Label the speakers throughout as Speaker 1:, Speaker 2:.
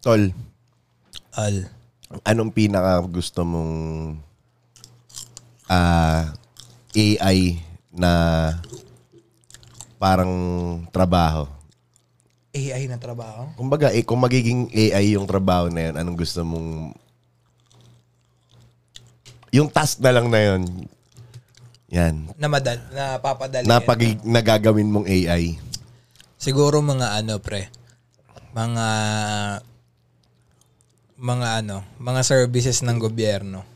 Speaker 1: Tol,
Speaker 2: Al.
Speaker 1: anong pinaka gusto mong ah, AI na parang trabaho?
Speaker 2: AI na trabaho.
Speaker 1: Kumbaga, eh, kung magiging AI yung trabaho na yun, anong gusto mong... Yung task na lang na yun. Yan.
Speaker 2: Na madal, na papadali.
Speaker 1: Napag nagagawin mong AI.
Speaker 2: Siguro mga ano pre. Mga mga ano, mga services ng gobyerno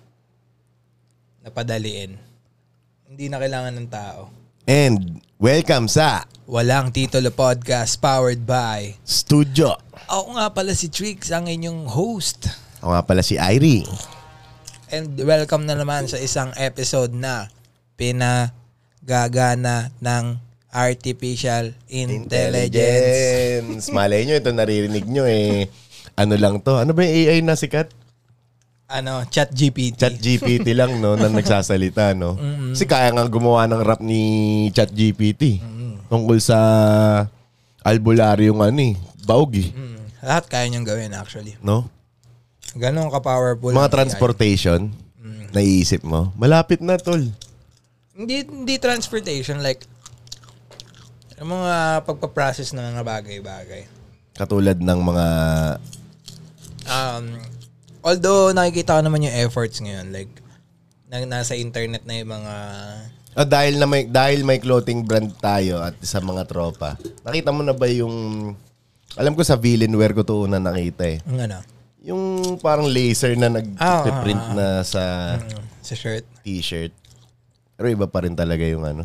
Speaker 2: na padaliin. Hindi na kailangan ng tao.
Speaker 1: And welcome sa
Speaker 2: Walang Titulo Podcast powered by
Speaker 1: Studio.
Speaker 2: Ako nga pala si Trix, ang inyong host.
Speaker 1: Ako nga pala si Irie.
Speaker 2: And welcome na naman sa isang episode na pinagagana ng Artificial
Speaker 1: Intelligence.
Speaker 2: Intelligence.
Speaker 1: Malay nyo, ito naririnig nyo eh. Ano lang to? Ano ba yung AI na sikat?
Speaker 2: Ano, chat GPT.
Speaker 1: Chat GPT lang, no? Na nagsasalita, no? Kasi kaya nga gumawa ng rap ni Chat GPT. Tungkol sa albularyo yung ano eh. Baog eh.
Speaker 2: Mm, lahat kaya niyang gawin actually.
Speaker 1: No?
Speaker 2: Ganon ka-powerful.
Speaker 1: Mga
Speaker 2: ang AI.
Speaker 1: transportation, naiisip mo. Malapit na, tol.
Speaker 2: Hindi, hindi transportation, like, yung mga pagpaprocess ng mga bagay-bagay.
Speaker 1: Katulad ng mga...
Speaker 2: Um, although, nakikita ko naman yung efforts ngayon, like, na, nasa internet na yung mga
Speaker 1: Ah, dahil na may dahil may clothing brand tayo at sa mga tropa. Nakita mo na ba yung alam ko sa Villainware ko to una nakita eh.
Speaker 2: ang ano,
Speaker 1: Yung parang laser na
Speaker 2: Ah,
Speaker 1: nag-print na sa
Speaker 2: sa shirt.
Speaker 1: t-shirt. Pero iba pa rin talaga yung ano.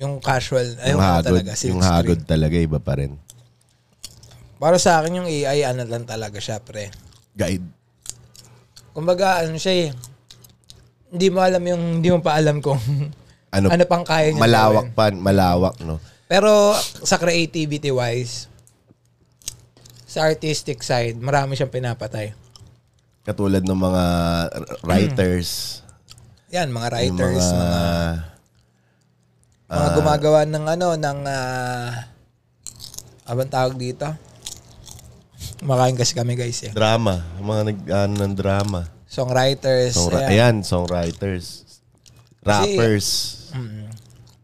Speaker 2: Yung casual, ayun
Speaker 1: Yung
Speaker 2: ano
Speaker 1: hagod.
Speaker 2: talaga, silk
Speaker 1: Yung
Speaker 2: screen.
Speaker 1: hagod talaga iba pa rin.
Speaker 2: Para sa akin, yung AI, ano lang talaga siya, pre.
Speaker 1: Guide.
Speaker 2: Kumbaga, ano siya eh, hindi mo alam yung, hindi mo pa alam kung
Speaker 1: Ano,
Speaker 2: ano, pang kaya niya
Speaker 1: malawak pa. Malawak, no?
Speaker 2: Pero sa creativity wise, sa artistic side, marami siyang pinapatay.
Speaker 1: Katulad ng mga r- writers.
Speaker 2: Yan, mga
Speaker 1: yung
Speaker 2: Hmm. writers, mga, mga,
Speaker 1: ah,
Speaker 2: gumagawa ng ano, ng, ah, abang tawag dito? Kumakain kasi kami guys eh.
Speaker 1: drama. Mga nag, ano, ng drama.
Speaker 2: Songwriters,
Speaker 1: Songwri- ayan.
Speaker 2: ayan.
Speaker 1: songwriters. Rappers.
Speaker 2: Mm.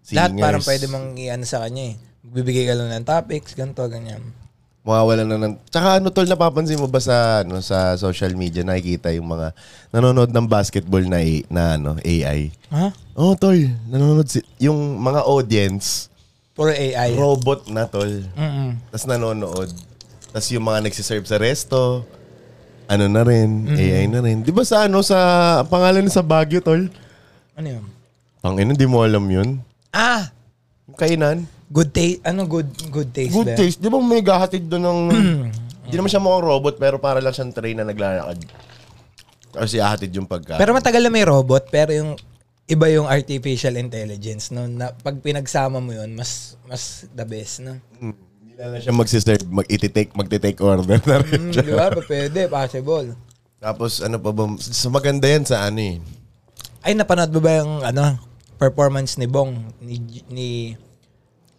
Speaker 1: singers.
Speaker 2: Lahat parang pwede mong i-ano sa kanya eh. Bibigay ka lang ng topics, ganito, ganyan.
Speaker 1: mawawala na ng... Tsaka ano tol, napapansin mo ba sa, ano, sa social media nakikita yung mga nanonood ng basketball na, A- na ano, AI?
Speaker 2: Ha?
Speaker 1: Oo tol, nanonood si, yung mga audience,
Speaker 2: Puro AI.
Speaker 1: robot na tol.
Speaker 2: Mm-mm.
Speaker 1: Tapos nanonood. Tapos yung mga nagsiserve sa resto, ano na rin, AI na rin. Di ba sa ano, sa ang pangalan sa Baguio tol?
Speaker 2: Ano yun?
Speaker 1: Pangino, di mo alam yun.
Speaker 2: Ah!
Speaker 1: Yung Kainan.
Speaker 2: Good taste. Ano good good taste ba?
Speaker 1: Good taste. Di ba may gahatid doon ng... Hindi naman siya mukhang robot, pero para lang siyang train na naglalakad. Tapos iahatid yung pagka.
Speaker 2: Pero matagal na may robot, pero yung iba yung artificial intelligence no na pag pinagsama mo yun mas mas the best no
Speaker 1: Hindi na lang siya magsiserve, mag take magte-take order na rin
Speaker 2: mm,
Speaker 1: siya.
Speaker 2: di ba Pa- pwede possible
Speaker 1: Tapos ano pa ba? Sa maganda yan sa ano eh.
Speaker 2: ay napanood mo ba yung ano performance ni Bong ni ni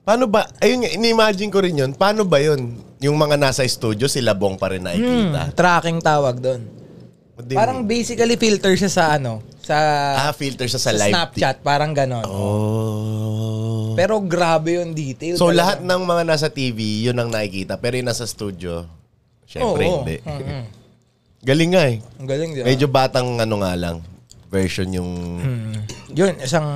Speaker 1: Paano ba? Ayun nga, ini-imagine ko rin yun. Paano ba yun? Yung mga nasa studio, sila bong pa rin nakikita.
Speaker 2: ah, tracking tawag doon
Speaker 1: What do you
Speaker 2: Hmm. parang basically filter siya sa ano sa,
Speaker 1: mean? ah, filter siya sa,
Speaker 2: sa
Speaker 1: live
Speaker 2: Snapchat parang ganon
Speaker 1: Oh.
Speaker 2: pero grabe yung detail
Speaker 1: So
Speaker 2: talaga.
Speaker 1: lahat ng mga nasa TV, yun ang nakikita. Pero yung nasa studio, syempre
Speaker 2: Oo, oo.
Speaker 1: hindi.
Speaker 2: Mm-mm.
Speaker 1: Galing nga eh.
Speaker 2: ang galing di ba?
Speaker 1: Medyo batang ano nga lang version yung
Speaker 2: Mm. yun isang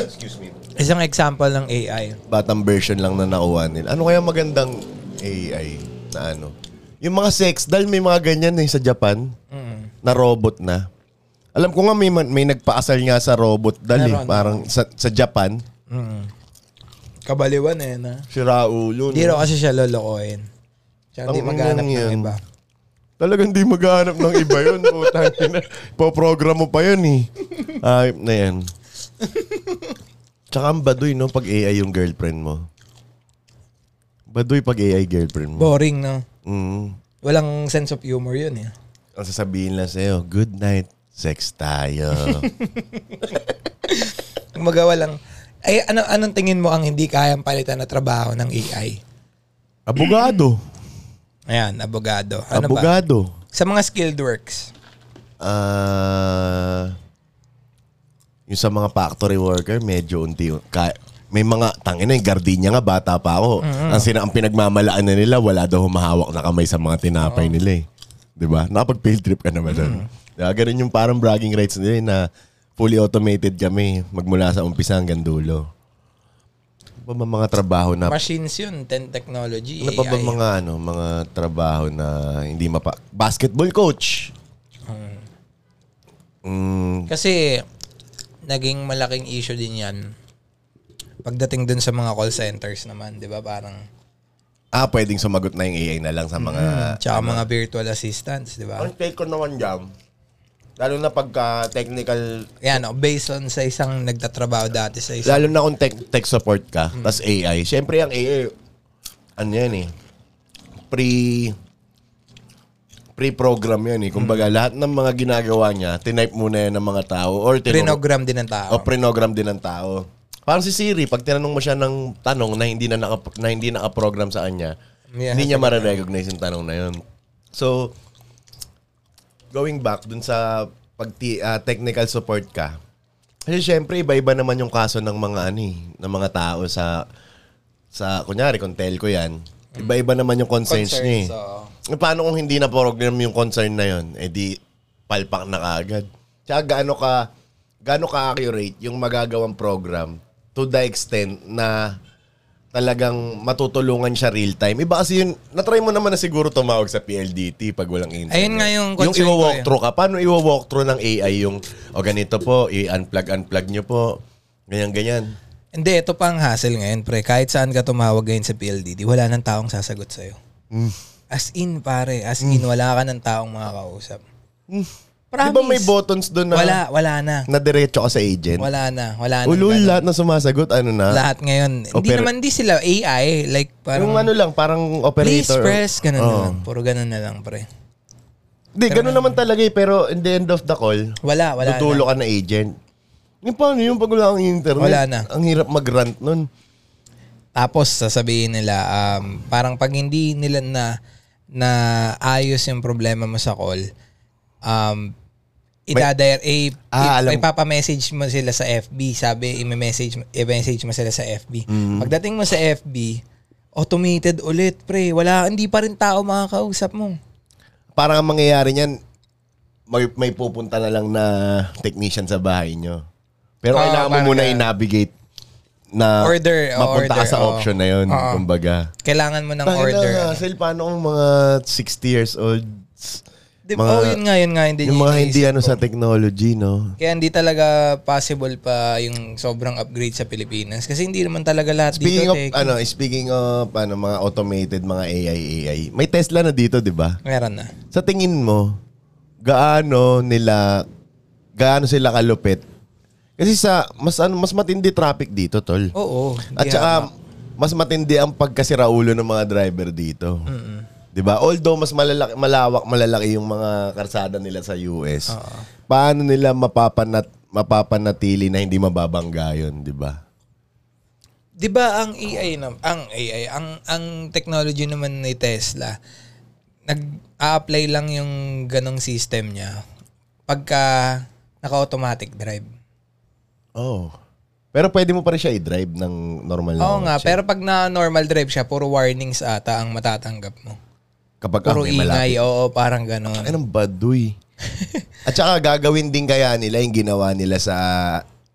Speaker 1: excuse me.
Speaker 2: isang example ng AI
Speaker 1: Batang version lang na nakuha nila. Ano kaya magandang AI na ano? Yung mga sex dahil may mga ganyan eh sa Japan
Speaker 2: mm.
Speaker 1: na robot na. Alam ko nga may man- may nagpaasal nga sa robot dahil eh,
Speaker 2: Meron.
Speaker 1: parang sa, sa Japan
Speaker 2: Mm. Kabaliwan eh, na.
Speaker 1: si Raulo.
Speaker 2: Hindi
Speaker 1: no?
Speaker 2: raw kasi siya lolokohin. Siya hindi
Speaker 1: Ang
Speaker 2: maghanap
Speaker 1: unang
Speaker 2: ng
Speaker 1: yan.
Speaker 2: iba.
Speaker 1: Talagang di maghanap ng iba yun. Putang ina. Poprogram mo pa yun eh. Ayop na yan. Tsaka ang baduy no pag AI yung girlfriend mo. Baduy pag AI girlfriend mo.
Speaker 2: Boring, no?
Speaker 1: Mm.
Speaker 2: Walang sense of humor yun eh.
Speaker 1: Ang sasabihin lang sa'yo, good night, sex tayo.
Speaker 2: Magawa lang. Ay, ano, anong tingin mo ang hindi kayang palitan na trabaho ng AI?
Speaker 1: Abogado.
Speaker 2: Ayan, abogado. Ano ba?
Speaker 1: Abogado.
Speaker 2: Sa mga skilled works.
Speaker 1: Ah, yung sa mga factory worker, medyo unti. Ka, may mga, tangin na yung gardenia nga, bata pa ako. Ang, sina, ang pinagmamalaan na nila, wala daw humahawak na kamay sa mga tinapay nila eh. 'Di ba? Nakapag field trip ka naman doon. Diba? Ganun yung parang bragging rights nila eh, na fully automated kami magmula sa umpisa hanggang dulo. Ano ba mga trabaho na
Speaker 2: Machines yun, ten technology,
Speaker 1: ano pa ba
Speaker 2: AI.
Speaker 1: mga ano, mga trabaho na hindi mapa basketball coach? Mm,
Speaker 2: Kasi naging malaking issue din yan pagdating dun sa mga call centers naman, di ba? Parang,
Speaker 1: ah, pwedeng sumagot na yung AI na lang sa mga
Speaker 2: tsaka mga virtual assistants, di ba?
Speaker 1: Mm-hmm. Ang take ko naman jam. Lalo na pagka technical
Speaker 2: Yan, oh, based on sa isang nagtatrabaho dati sa isang...
Speaker 1: lalo na kung tech, tech support ka, tas AI. Siyempre ang AI ano yan eh. Pre pre-program yan eh. Kumbaga lahat ng mga ginagawa niya, tinype muna yan ng mga tao or tinuro- Oh,
Speaker 2: Prinogram din ng
Speaker 1: O
Speaker 2: tao.
Speaker 1: prinogram din ng tao. Parang si Siri, pag tinanong mo siya ng tanong na hindi na, naka, na hindi nakaprogram sa kanya,
Speaker 2: Yeah.
Speaker 1: hindi niya mare-recognize yung tanong na yun. So, going back dun sa pag ti- ah, technical support ka, kasi syempre, iba-iba naman yung kaso ng mga ano eh, ng mga tao sa, sa kunyari, kung telco yan, iba-iba naman yung concerns,
Speaker 2: Concerns,
Speaker 1: niya eh.
Speaker 2: oo.
Speaker 1: Eh, Paano kung hindi na program yung concern na yun? Eh di, palpak na kaagad. Tsaka gaano ka, gaano ka accurate yung magagawang program to the extent na talagang matutulungan siya real time. Iba kasi yun, natry mo naman na siguro tumawag sa PLDT pag walang internet.
Speaker 2: Ayun nga yung
Speaker 1: Yung
Speaker 2: concern ko eh.
Speaker 1: iwa-walkthrough ka. Paano iwa-walkthrough ng AI yung, o ganito po, i-unplug-unplug nyo po, ganyan-ganyan.
Speaker 2: Hindi, ito pa ang hassle ngayon, pre. Kahit saan ka tumawag ngayon sa PLDT, wala nang taong sasagot sa'yo.
Speaker 1: Hmm.
Speaker 2: As in, pare. As in, wala ka ng taong makakausap.
Speaker 1: Hmm. Di ba may buttons doon na,
Speaker 2: Wala, wala na.
Speaker 1: na diretso ka sa agent?
Speaker 2: Wala na. Wala na.
Speaker 1: Ulul, lahat na sumasagot, ano na?
Speaker 2: Lahat ngayon. Hindi
Speaker 1: Oper-
Speaker 2: naman di sila AI. Like,
Speaker 1: Yung
Speaker 2: parang,
Speaker 1: ano lang, parang
Speaker 2: please
Speaker 1: operator. oh.
Speaker 2: press. Ganun na
Speaker 1: Oo.
Speaker 2: lang. Puro ganun na lang, pre.
Speaker 1: Hindi, ganun naman talaga eh. Pero in the end of the call,
Speaker 2: Wala, wala na.
Speaker 1: tutulo ka na agent. Yung paano yung pag wala kang internet?
Speaker 2: Wala na.
Speaker 1: Ang hirap mag-rant nun.
Speaker 2: Tapos, sasabihin nila, um, parang pag hindi nila na, na ayos yung problema mo sa call, um, idadire, eh,
Speaker 1: Ah, alam-
Speaker 2: ipapamessage mo sila sa FB. Sabi, i-message, i-message mo sila sa FB.
Speaker 1: Mm-hmm.
Speaker 2: Pagdating mo sa FB, automated ulit, pre. Wala, hindi pa rin tao makakausap mo.
Speaker 1: Parang ang mangyayari niyan, may, may pupunta na lang na technician sa bahay nyo. Pero
Speaker 2: Oo,
Speaker 1: kailangan mo
Speaker 2: Ah, parang
Speaker 1: muna
Speaker 2: ganun.
Speaker 1: i-navigate na
Speaker 2: Order, oo,
Speaker 1: mapunta ka
Speaker 2: order,
Speaker 1: sa
Speaker 2: oo.
Speaker 1: option na yun.
Speaker 2: Oo.
Speaker 1: Kumbaga.
Speaker 2: Kailangan mo ng
Speaker 1: Tangina,
Speaker 2: order. ano.
Speaker 1: Hassel, paano kung mga 60 years old?
Speaker 2: Di ba? oh, yun nga, yun nga. Hindi
Speaker 1: yung mga hindi
Speaker 2: iniisip
Speaker 1: ano
Speaker 2: ko.
Speaker 1: sa technology, no?
Speaker 2: Kaya hindi talaga possible pa yung sobrang upgrade sa Pilipinas. Kasi hindi naman talaga lahat
Speaker 1: Speaking of
Speaker 2: dito. tech.
Speaker 1: ano, speaking of ano mga automated, mga AI AI. May Tesla na dito, 'di ba?
Speaker 2: Meron na.
Speaker 1: Sa tingin mo, gaano nila gaano sila kalupit? Kasi sa mas ano, mas matindi traffic dito, tol.
Speaker 2: Oo.
Speaker 1: At
Speaker 2: hindi
Speaker 1: saka
Speaker 2: hamak.
Speaker 1: mas matindi ang pagkasiraulo ng mga driver dito. 'Di ba? Although mas malalaki, malawak malalaki yung mga karsada nila sa US. Paano nila mapapanat mapapanatili na hindi mababangga 'yon, 'di ba?
Speaker 2: Di ba ang AI na, ang AI, ang ang technology naman ni Tesla, nag-apply lang yung ganong system niya pagka naka-automatic drive.
Speaker 1: Oh. Pero pwede mo pa rin siya i-drive ng normal na
Speaker 2: Oo nga,
Speaker 1: kotse.
Speaker 2: pero pag na normal drive siya, puro warnings ata ang matatanggap mo.
Speaker 1: Kapag
Speaker 2: Puro
Speaker 1: ah, may malapit.
Speaker 2: ingay, oo, parang ganon.
Speaker 1: Ay, nang baduy. At saka gagawin din kaya nila yung ginawa nila sa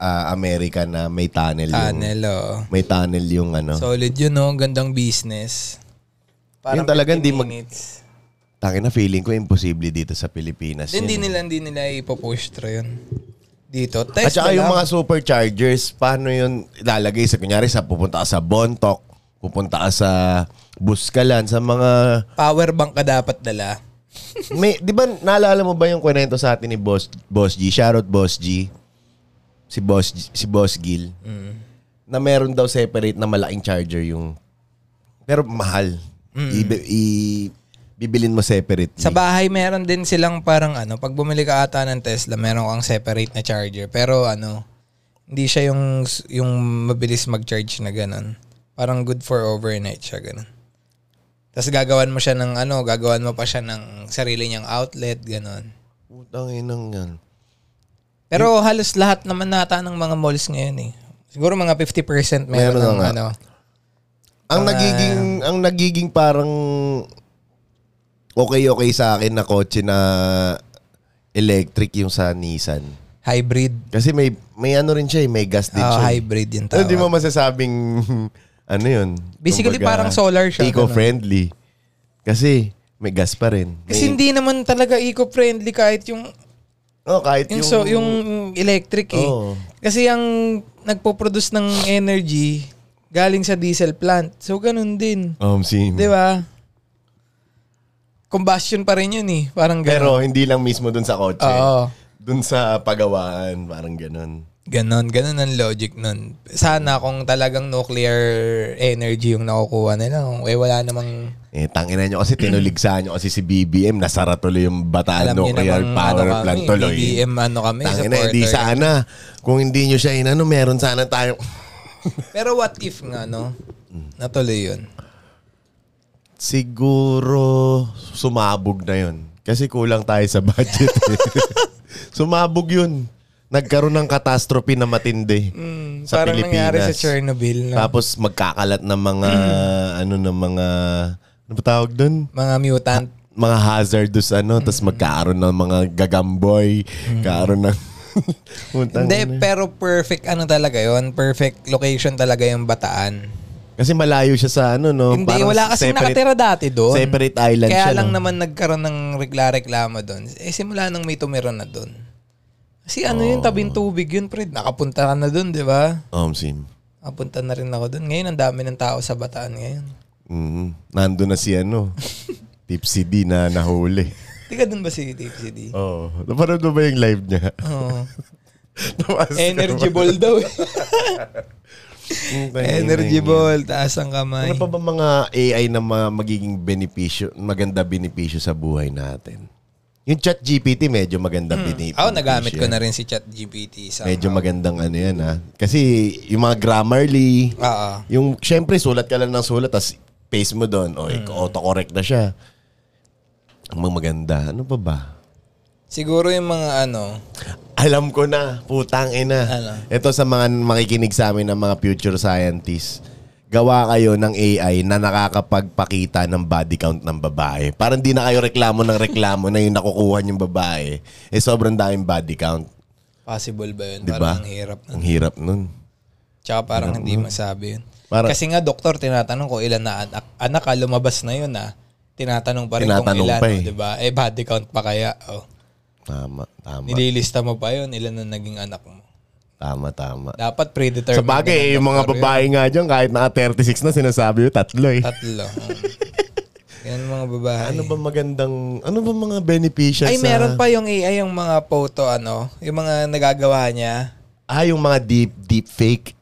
Speaker 1: ah, Amerika na may tunnel, yung
Speaker 2: Tunnel, oo.
Speaker 1: may tunnel yung ano.
Speaker 2: Solid yun, no? Ang Gandang business.
Speaker 1: Yun talaga,
Speaker 2: 15
Speaker 1: hindi mag-
Speaker 2: minutes.
Speaker 1: Tangina na feeling ko imposible dito sa Pilipinas.
Speaker 2: Hindi
Speaker 1: yun.
Speaker 2: nila, hindi nila ipopush through yun. Dito,
Speaker 1: At
Speaker 2: test
Speaker 1: saka
Speaker 2: na
Speaker 1: yung
Speaker 2: lang.
Speaker 1: mga superchargers, paano yun ilalagay sa kunyari sa pupunta ka sa Bontok, pupunta ka sa Buskalan, sa mga
Speaker 2: Power bank ka dapat dala.
Speaker 1: May, di ba, naalala mo ba yung kwento sa atin ni Boss, Boss G? Shoutout Boss G. Si Boss, G- si Boss Gil. Na meron daw separate na malaking charger yung... Pero mahal. Ibe- I, bibilin mo separately.
Speaker 2: Mm. Sa bahay, meron din silang parang ano, pag bumili ka ata ng Tesla, meron kang separate na charger. Pero ano, hindi siya yung, yung mabilis mag-charge na ganun. Parang good for overnight siya, ganun. Tapos gagawan mo siya ng ano, gagawan mo pa siya ng sarili niyang outlet, ganun.
Speaker 1: Putang inang yan.
Speaker 2: Pero
Speaker 1: Hmm.
Speaker 2: halos lahat naman nata ng mga malls ngayon eh. Siguro mga 50% meron,
Speaker 1: Meron na
Speaker 2: ng
Speaker 1: nga.
Speaker 2: ano.
Speaker 1: Ang nagiging ang nagiging parang okay okay sa akin na kotse na electric yung sa Nissan.
Speaker 2: Hybrid.
Speaker 1: Kasi may may ano rin siya, eh, may gas din
Speaker 2: Ah,
Speaker 1: siya. eh.
Speaker 2: hybrid yung tawag.
Speaker 1: Hindi mo masasabing ano yun.
Speaker 2: Basically, parang solar siya,
Speaker 1: Eco-friendly. Kasi may gas pa rin. May-
Speaker 2: Kasi hindi naman talaga eco-friendly kahit yung
Speaker 1: oh, kahit
Speaker 2: yung,
Speaker 1: yung, Oh.
Speaker 2: so, yung electric eh.
Speaker 1: Oo.
Speaker 2: Kasi ang nagpo-produce ng energy galing sa diesel plant. So, ganun din.
Speaker 1: Um, si,
Speaker 2: 'Di ba? Combustion pa rin 'yun eh, parang ganun.
Speaker 1: Pero hindi lang mismo dun sa kotse.
Speaker 2: Oo.
Speaker 1: Dun sa pagawaan, parang ganun.
Speaker 2: Ganon, ganon ang logic nun. Sana kung talagang nuclear energy yung nakukuha nila, kung eh wala namang
Speaker 1: Eh, tangina nyo kasi tinuligsahan nyo kasi si BBM. Nasara tuloy yung Bataan
Speaker 2: alam niyo
Speaker 1: Nuclear
Speaker 2: namang
Speaker 1: Power
Speaker 2: ano
Speaker 1: Plant
Speaker 2: kami,
Speaker 1: tuloy.
Speaker 2: BBM ano kami,
Speaker 1: Tangina,
Speaker 2: supporter.
Speaker 1: hindi sana. Kung hindi nyo siya inano, meron sana tayo.
Speaker 2: Pero what if nga, no?
Speaker 1: Hmm.
Speaker 2: Natuloy yun.
Speaker 1: Siguro sumabog na yun. Kasi kulang tayo sa budget. eh. sumabog yun. Nagkaroon ng catastrophe na matindi sa
Speaker 2: Mm, Parang nangyari
Speaker 1: Pilipinas.
Speaker 2: sa Mm. Chernobyl, no?
Speaker 1: Tapos magkakalat ng mga, ano ng mga, ano ba tawag doon?
Speaker 2: Mga mutant.
Speaker 1: Mga hazardous ano, tapos
Speaker 2: Mm.
Speaker 1: magkakaroon ng mga gagamboy, kakaroon ng... Puntang ano
Speaker 2: Hindi,
Speaker 1: ina.
Speaker 2: pero perfect ano talaga yon Perfect location talaga yung Bataan.
Speaker 1: Kasi malayo siya sa ano, no?
Speaker 2: Hindi,
Speaker 1: Parang
Speaker 2: wala kasi
Speaker 1: separate-
Speaker 2: nakatira dati doon.
Speaker 1: Separate island
Speaker 2: Kaya
Speaker 1: siya.
Speaker 2: lang
Speaker 1: no?
Speaker 2: naman nagkaroon ng regla-reklamo doon. Eh, simula nang may tumira na doon. Kasi ano
Speaker 1: Oh.
Speaker 2: yun, tabing tubig yun, Fred. Nakapunta ka na doon, di ba?
Speaker 1: Um, sim.
Speaker 2: Nakapunta na rin ako doon. Ngayon, ang dami ng tao sa Bataan ngayon.
Speaker 1: Mm, nando na si ano, Tipsy D na nahuli.
Speaker 2: Hindi ka doon ba si Tipsy D?
Speaker 1: Oo. Oh. Napanood mo ba yung live niya?
Speaker 2: Oo.
Speaker 1: Tumaas ka
Speaker 2: Energy
Speaker 1: ba?
Speaker 2: ball daw. eh.
Speaker 1: Mm, tangina
Speaker 2: Energy
Speaker 1: yun.
Speaker 2: ball, taas ang kamay.
Speaker 1: Ano pa ba mga AI na mga magiging benepisyo, maganda benepisyo sa buhay natin? Yung chat GPT medyo maganda benepisyo.
Speaker 2: Ako, Hmm. Oh, nagamit ko na rin si ChatGPT. Sa...
Speaker 1: Medyo magandang ano yan ha. Kasi yung mga Grammarly,
Speaker 2: Oo.
Speaker 1: yung syempre sulat ka lang ng sulat tas paste mo doon. O,
Speaker 2: Hmm.
Speaker 1: auto-correct na siya. Ang mga maganda. Ano pa ba?
Speaker 2: Siguro yung mga ano,
Speaker 1: Alam ko na, putang ina.
Speaker 2: Ano?
Speaker 1: Ito sa mga makikinig sa amin ng mga future scientists. Gawa kayo ng AI na nakakapagpakita ng body count ng babae. Parang di na kayo reklamo ng reklamo na yung nakukuha yung babae. Eh sobrang daming body count.
Speaker 2: possible ba yun?
Speaker 1: Diba?
Speaker 2: Parang ang hirap. Na.
Speaker 1: Ang hirap nun.
Speaker 2: Tsaka parang hindi masabi yun.
Speaker 1: Para-
Speaker 2: Kasi nga, doktor, tinatanong ko ilan na anak. Anak, ah, lumabas na yun ah. Tinatanong pa rin
Speaker 1: Tinatanong
Speaker 2: kung ilan.
Speaker 1: pa
Speaker 2: oh,
Speaker 1: eh.
Speaker 2: Diba? Eh, body count pa kaya. Oh.
Speaker 1: Tama, tama,
Speaker 2: Nililista mo pa yun, ilan na naging anak mo.
Speaker 1: tama, tama.
Speaker 2: Dapat
Speaker 1: Sa
Speaker 2: predetermined.
Speaker 1: bagay, eh,
Speaker 2: na ng
Speaker 1: yung mga
Speaker 2: doktor yun.
Speaker 1: babae nga dyan, kahit naka 36 na sinasabi yung tatlo eh.
Speaker 2: Tatlo. Mm. Yan mga babae.
Speaker 1: Ano ba magandang, ano ba mga beneficial
Speaker 2: Ay,
Speaker 1: sa...
Speaker 2: meron pa yung AI, yung mga photo, ano, yung mga nagagawa niya.
Speaker 1: Ah, yung mga deep, deep fake.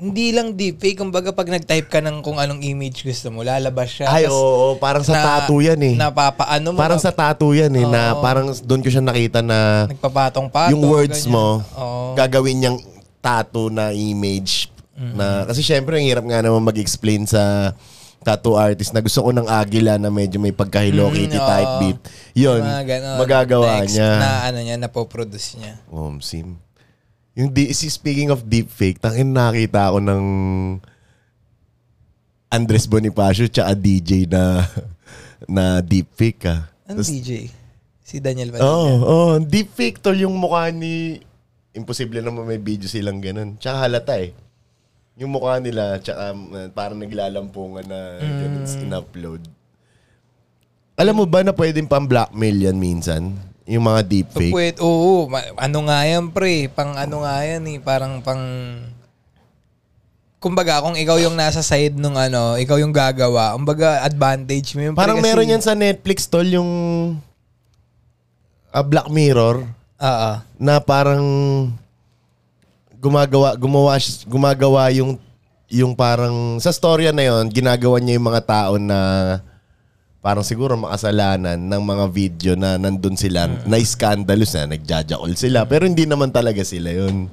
Speaker 2: Hindi lang deepfake, kumbaga pag nag-type ka ng kung anong image gusto mo, lalabas siya.
Speaker 1: Ay,
Speaker 2: Tas
Speaker 1: oo, parang sa
Speaker 2: na-
Speaker 1: tattoo yan eh.
Speaker 2: Napapaano mo,
Speaker 1: Parang sa tattoo yan eh, na parang doon ko siya nakita na
Speaker 2: nagpapatong-patong.
Speaker 1: yung words
Speaker 2: ganyan.
Speaker 1: mo,
Speaker 2: Oo.
Speaker 1: gagawin niyang tattoo na image. na Kasi syempre, ang hirap nga naman mag-explain sa tattoo artist na gusto ko ng agila na medyo may pagka Hello
Speaker 2: Mm,
Speaker 1: Kitty
Speaker 2: oo.
Speaker 1: type beat. Yun,
Speaker 2: Mga ganon.
Speaker 1: magagawa
Speaker 2: Next,
Speaker 1: niya.
Speaker 2: Na ano niya, napoproduce niya.
Speaker 1: Um, sim. Yung di, si- speaking of deepfake, tangin nakita ako ng Andres Bonifacio tsaka DJ na na deepfake ah.
Speaker 2: Ano DJ? Si Daniel Padilla.
Speaker 1: Oo, oh, oh, deepfake to yung mukha ni... Imposible naman may video silang ganun. Tsaka halata eh. Yung mukha nila, tsaka um, uh, parang naglalampungan na ganun
Speaker 2: Mm.
Speaker 1: in-upload. Alam mo ba na pwedeng pang-blackmail yan minsan? Yung mga deepfake?
Speaker 2: Pwede, oo. ma- ano nga yan, pre? Pang ano nga yan eh. Parang pang... Kumbaga, kung ikaw yung nasa side nung ano, ikaw yung gagawa, kumbaga, advantage mo yun. pre,
Speaker 1: Parang
Speaker 2: kasi-
Speaker 1: meron yan sa Netflix, tol, yung ah, Black Mirror
Speaker 2: Oo.
Speaker 1: na parang gumagawa gumawa siya- gumagawa yung yung parang sa storya na yon ginagawa niya yung mga tao na parang siguro makasalanan ng mga video na nandun sila
Speaker 2: Hmm.
Speaker 1: na scandalous na nagjajakol sila pero hindi naman talaga sila yon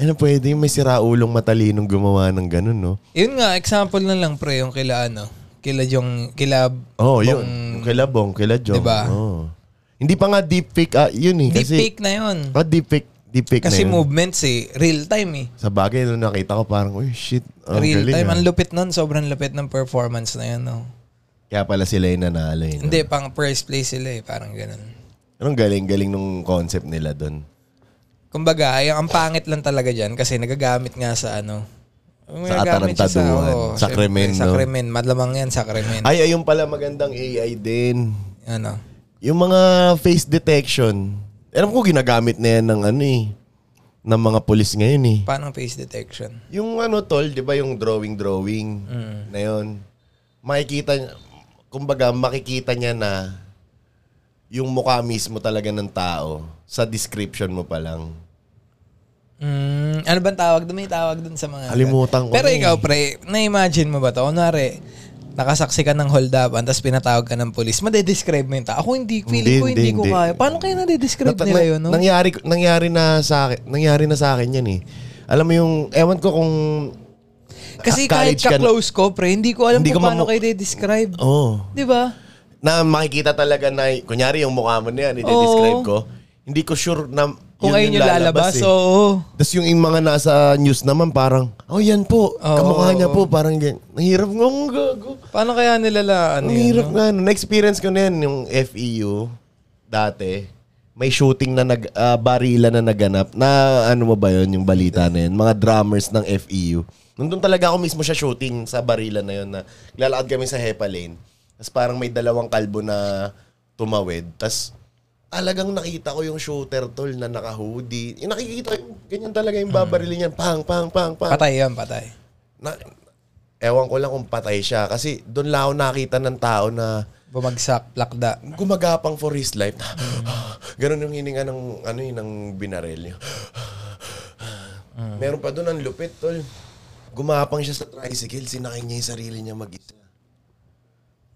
Speaker 1: ano pwede yung may siraulong matalinong gumawa ng ganun no
Speaker 2: Yun nga, example na lang, pre, yung kila ano, kila yung kila
Speaker 1: Oh,
Speaker 2: Bong-
Speaker 1: yun. Kila Bong, kila Jong.
Speaker 2: Diba?
Speaker 1: Oo. Hindi pa nga deepfake ah, yun eh.
Speaker 2: deep
Speaker 1: Kasi,
Speaker 2: fake na yun.
Speaker 1: Ah, deepfake, deepfake
Speaker 2: Kasi
Speaker 1: na yun.
Speaker 2: movements eh, real time eh.
Speaker 1: Sa bagay, nung nakita ko parang, uy, shit. Ang
Speaker 2: real
Speaker 1: galing,
Speaker 2: time.
Speaker 1: ah."
Speaker 2: Ang lupit nun. Sobrang lupit ng performance na yun. No?
Speaker 1: Kaya pala sila yung nanalo yun.
Speaker 2: Hindi, pang first place sila eh. Parang ganun.
Speaker 1: Anong galing-galing nung concept nila doon?
Speaker 2: Kumbaga, ay, ang pangit lang talaga dyan kasi nagagamit nga sa ano. Nagagamit siya
Speaker 1: atarantaduhan.
Speaker 2: oo,
Speaker 1: Sa
Speaker 2: syempre,
Speaker 1: krimen, no?
Speaker 2: Sa krimen. Malamang yan sa krimen.
Speaker 1: Ay, ayun pala magandang AI din.
Speaker 2: ano?
Speaker 1: Yung mga face detection. Alam ko ginagamit na yan ng ano eh. Ng mga polis ngayon eh.
Speaker 2: Paano face detection?
Speaker 1: Yung ano tol, di ba yung drawing-drawing
Speaker 2: Mm.
Speaker 1: na yun. Makikita niya, kumbaga makikita niya na yung mukha mismo talaga ng tao sa description mo pa lang.
Speaker 2: Mm, ano bang tawag doon? May tawag doon sa mga...
Speaker 1: Kalimutan ko
Speaker 2: Pero
Speaker 1: na eh.
Speaker 2: ikaw, pre, na-imagine mo ba to? Kunwari, nakasaksi ka ng hold up, tapos pinatawag ka ng polis, madedescribe mo yung tao. Ako hindi, feeling
Speaker 1: Hindi,
Speaker 2: ko
Speaker 1: hindi,
Speaker 2: hindi, ko
Speaker 1: hindi.
Speaker 2: kaya. Paano kaya nadedescribe
Speaker 1: Nata-
Speaker 2: nila
Speaker 1: na-
Speaker 2: yun, no?
Speaker 1: Nangyari, nangyari na sa akin, nangyari na sa akin yan eh. Alam mo yung, ewan ko kung...
Speaker 2: Kasi
Speaker 1: ka-
Speaker 2: kahit
Speaker 1: college ka na-
Speaker 2: ka-close ko, pre, hindi ko alam
Speaker 1: Hindi
Speaker 2: kung
Speaker 1: ko
Speaker 2: paano
Speaker 1: mamu-
Speaker 2: kayo describe
Speaker 1: Oh,
Speaker 2: Di ba?
Speaker 1: na makikita talaga na, kunyari yung mukha mo na yan, i-describe
Speaker 2: Oo.
Speaker 1: ko. Hindi ko sure na
Speaker 2: Kung ayun yung lalabas,
Speaker 1: eh.
Speaker 2: oo.
Speaker 1: Tapos yung, yung mga nasa news naman parang, oh yan po, kamukha niya po, parang ganyan. Nahirap nga ang gago.
Speaker 2: Paano kaya nila la, ano
Speaker 1: Ang
Speaker 2: yun,
Speaker 1: hirap
Speaker 2: no?
Speaker 1: nga. no? Na-experience ko na yan, yung FEU dati. May shooting na nag, ah, barila na naganap. Na ano mo ba yun, yung balita na yun? Mga drummers ng FEU. Nandun talaga ako mismo siya shooting sa barila na yun na lalakad kami sa Hepa Lane. Tapos parang may dalawang kalbo na tumawid. Tapos alagang nakita ko yung shooter tol na naka-hoodie. Yung nakikita ko, ganyan talaga yung babarilin niyan. Pang, pang, pang, pang
Speaker 2: Patay yan, patay.
Speaker 1: na, ewan ko lang kung patay siya. Kasi doon lang ako nakita ng tao na
Speaker 2: Bumagsak, lakda.
Speaker 1: gumagapang for his life. Ganon yung hininga ng, ano yun, ng binarel niya. Meron pa doon ang lupit, tol. Gumapang siya sa tricycle, sinakay niya yung sarili niya mag-isa.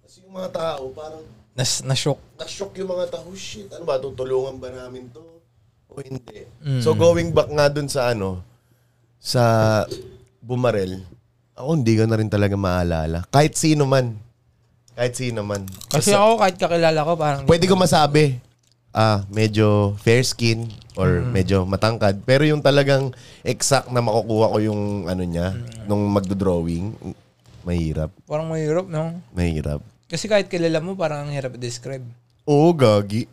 Speaker 1: Kasi yung mga tao, parang
Speaker 2: Nas, nashook.
Speaker 1: na-shock yung mga tao, "Oh, shit, ano ba, tutulungan ba namin to? O hindi. So going back nga dun sa ano, sa bumarel, ako hindi ko na rin talaga maalala. Kahit sino man. Kahit sino man.
Speaker 2: Kasi ako, kahit kakilala ko, parang...
Speaker 1: Pwede ko masabi, ah, medyo fair skin or
Speaker 2: Mm-hmm.
Speaker 1: medyo matangkad. Pero yung talagang exact na makukuha ko yung ano niya,
Speaker 2: Mm-hmm.
Speaker 1: nung magdodrawing, mahirap.
Speaker 2: Parang mahirap, no?
Speaker 1: Mahirap.
Speaker 2: Kasi kahit kilala mo, parang ang hirap i-describe.
Speaker 1: Oo, gagi.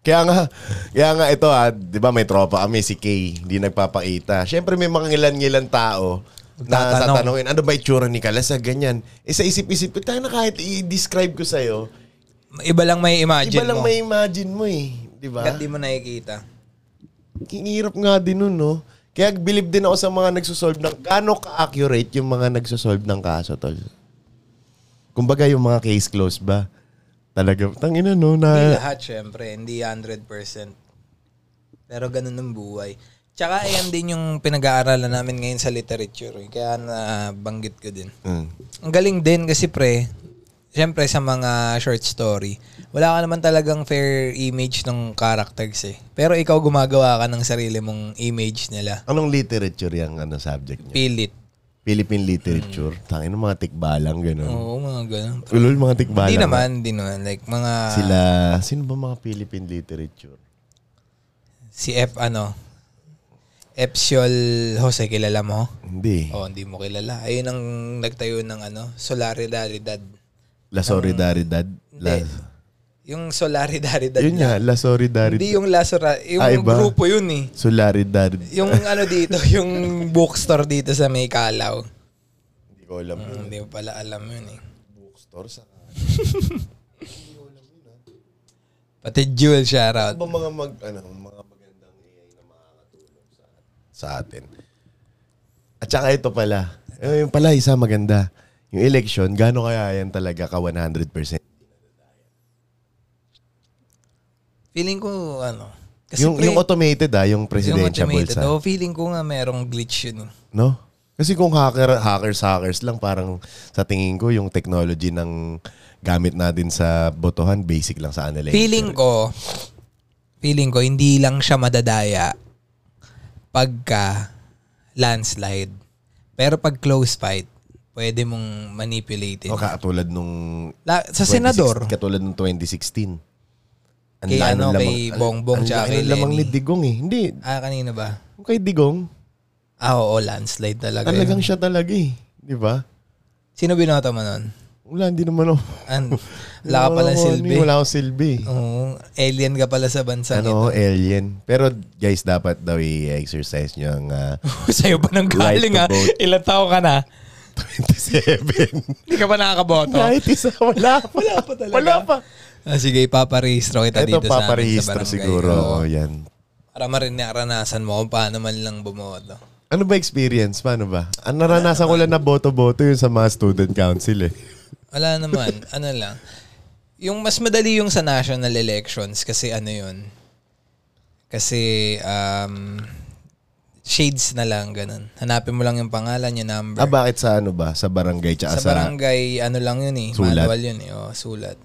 Speaker 1: Kaya nga, kaya nga ito ha, di ba may tropa kami, si Kay, di nagpapakita. Siyempre may mga ngilan-ngilan tao na
Speaker 2: Magtatanong.
Speaker 1: tatanungin, ano ba itsura ni Kalas sa ganyan? Eh sa isip-isip ko, tayo na kahit i-describe ko sa'yo,
Speaker 2: Iba lang may imagine
Speaker 1: iba lang
Speaker 2: mo.
Speaker 1: may imagine mo eh. Di ba?
Speaker 2: Hanggat di mo nakikita.
Speaker 1: Kinirap nga din nun, no? Kaya believe din ako sa mga nagsosolve ng, gano'ng ka-accurate yung mga nagsosolve ng kaso, tol. Kumbaga yung mga case closed ba? Talaga, tangina no,
Speaker 2: Hindi
Speaker 1: na...
Speaker 2: lahat, syempre. Hindi 100%. Pero ganun ang buhay. Tsaka, ayan din yung pinag-aaralan namin ngayon sa literature. eh. Kaya nabanggit ko din.
Speaker 1: Mm.
Speaker 2: Ang galing din kasi pre, syempre sa mga short story, wala ka naman talagang fair image ng characters eh. Pero ikaw gumagawa ka ng sarili mong image nila.
Speaker 1: Anong literature yung ano, subject niya?
Speaker 2: Pilit.
Speaker 1: Philippine literature. Tangin ng mga tikbalang, gano'n.
Speaker 2: Oo, mga ganun.
Speaker 1: Ulol, mga tikbalang.
Speaker 2: Hmm. Hindi naman, hindi naman. Like mga
Speaker 1: Sila, sino ba mga Philippine literature?
Speaker 2: si F ano, Epsiol Jose, kilala mo?
Speaker 1: Hindi.
Speaker 2: Oo, hindi mo kilala. Ayun ang nagtayo ng ano, Solidaridad.
Speaker 1: La Solidaridad. La,
Speaker 2: Hindi. Yung Solidaridad.
Speaker 1: yun nga, La Solidaridad.
Speaker 2: Hindi yung Lazara, yung
Speaker 1: Ah, iba.
Speaker 2: grupo yun eh.
Speaker 1: Solidaridad.
Speaker 2: yung ano dito, yung bookstore dito sa May Kalaw.
Speaker 1: Hindi ko alam. yun.
Speaker 2: Hindi mo pala alam yun eh.
Speaker 1: Bookstore sa...
Speaker 2: Pati Jewel shoutout.
Speaker 1: Ano ba mga mag, ano, mga magandang AI na makakatulong sa, sa atin? At saka ito pala. Eh, Yung pala, isa maganda. Yung election, gano'n kaya yan talaga ka 100%?
Speaker 2: Feeling ko ano.
Speaker 1: yung,
Speaker 2: pre-
Speaker 1: yung automated ah, yung presidential
Speaker 2: automated,
Speaker 1: bulsa.
Speaker 2: oh, feeling ko nga merong glitch yun. eh.
Speaker 1: No? Kasi kung hacker, hackers, hackers lang, parang sa tingin ko, yung technology ng gamit natin sa botohan, basic lang sa analytics.
Speaker 2: Feeling ko, feeling ko, hindi lang siya madadaya pagka landslide. Pero pag close fight, pwede mong manipulatein.
Speaker 1: O katulad nung...
Speaker 2: La- sa
Speaker 1: 26
Speaker 2: senador,
Speaker 1: Katulad nung 2016. Ang
Speaker 2: Kay
Speaker 1: laki ng
Speaker 2: ano,
Speaker 1: lamang-
Speaker 2: kay
Speaker 1: ang-
Speaker 2: Bongbong
Speaker 1: ang
Speaker 2: tsaka
Speaker 1: laki
Speaker 2: kay
Speaker 1: ng lamang ni
Speaker 2: Lenny.
Speaker 1: Digong eh. Hindi,
Speaker 2: ah, kanina ba?
Speaker 1: kay Digong,
Speaker 2: Ah, oo, landslide talaga. yun.
Speaker 1: talagang siya talaga eh. Di ba?
Speaker 2: Sino binoto mo nun?
Speaker 1: Wala, hindi naman ako.
Speaker 2: An, wala ka pala
Speaker 1: ako, ano eh,
Speaker 2: silbi.
Speaker 1: Wala akong silbi.
Speaker 2: Oo, alien ka pala sa bansa
Speaker 1: ano, alien. Pero guys, dapat daw i-exercise nyo ang ah,
Speaker 2: nito. Sa'yo pa nang
Speaker 1: Right
Speaker 2: galing
Speaker 1: to
Speaker 2: ha?
Speaker 1: vote.
Speaker 2: Ilang tao ka na?
Speaker 1: 27.
Speaker 2: Hindi ka pa nakakaboto?
Speaker 1: Kahit isa, wala pa. Wala pa
Speaker 2: Oh. talaga.
Speaker 1: Wala pa.
Speaker 2: Ah, sige, ipaparehistro kita
Speaker 1: Ito,
Speaker 2: dito sa amin sa
Speaker 1: paparehistro
Speaker 2: barangay.
Speaker 1: siguro.
Speaker 2: Oo.
Speaker 1: Oh, yan.
Speaker 2: Para marinaranasan mo kung paano man lang bumoto.
Speaker 1: Ano ba experience? Paano ba? Ang naranasan ko lang na boto-boto yun sa mga student council eh.
Speaker 2: Wala naman. ano lang. Yung mas madali yung sa national elections kasi ano yun. Kasi um, shades na lang ganun. Hanapin mo lang yung pangalan, yung number.
Speaker 1: Ah, bakit sa ano ba? Sa barangay tsaka
Speaker 2: sa
Speaker 1: sa...
Speaker 2: barangay, ano lang yun eh.
Speaker 1: Sulat.
Speaker 2: Manual yun eh. O, sulat.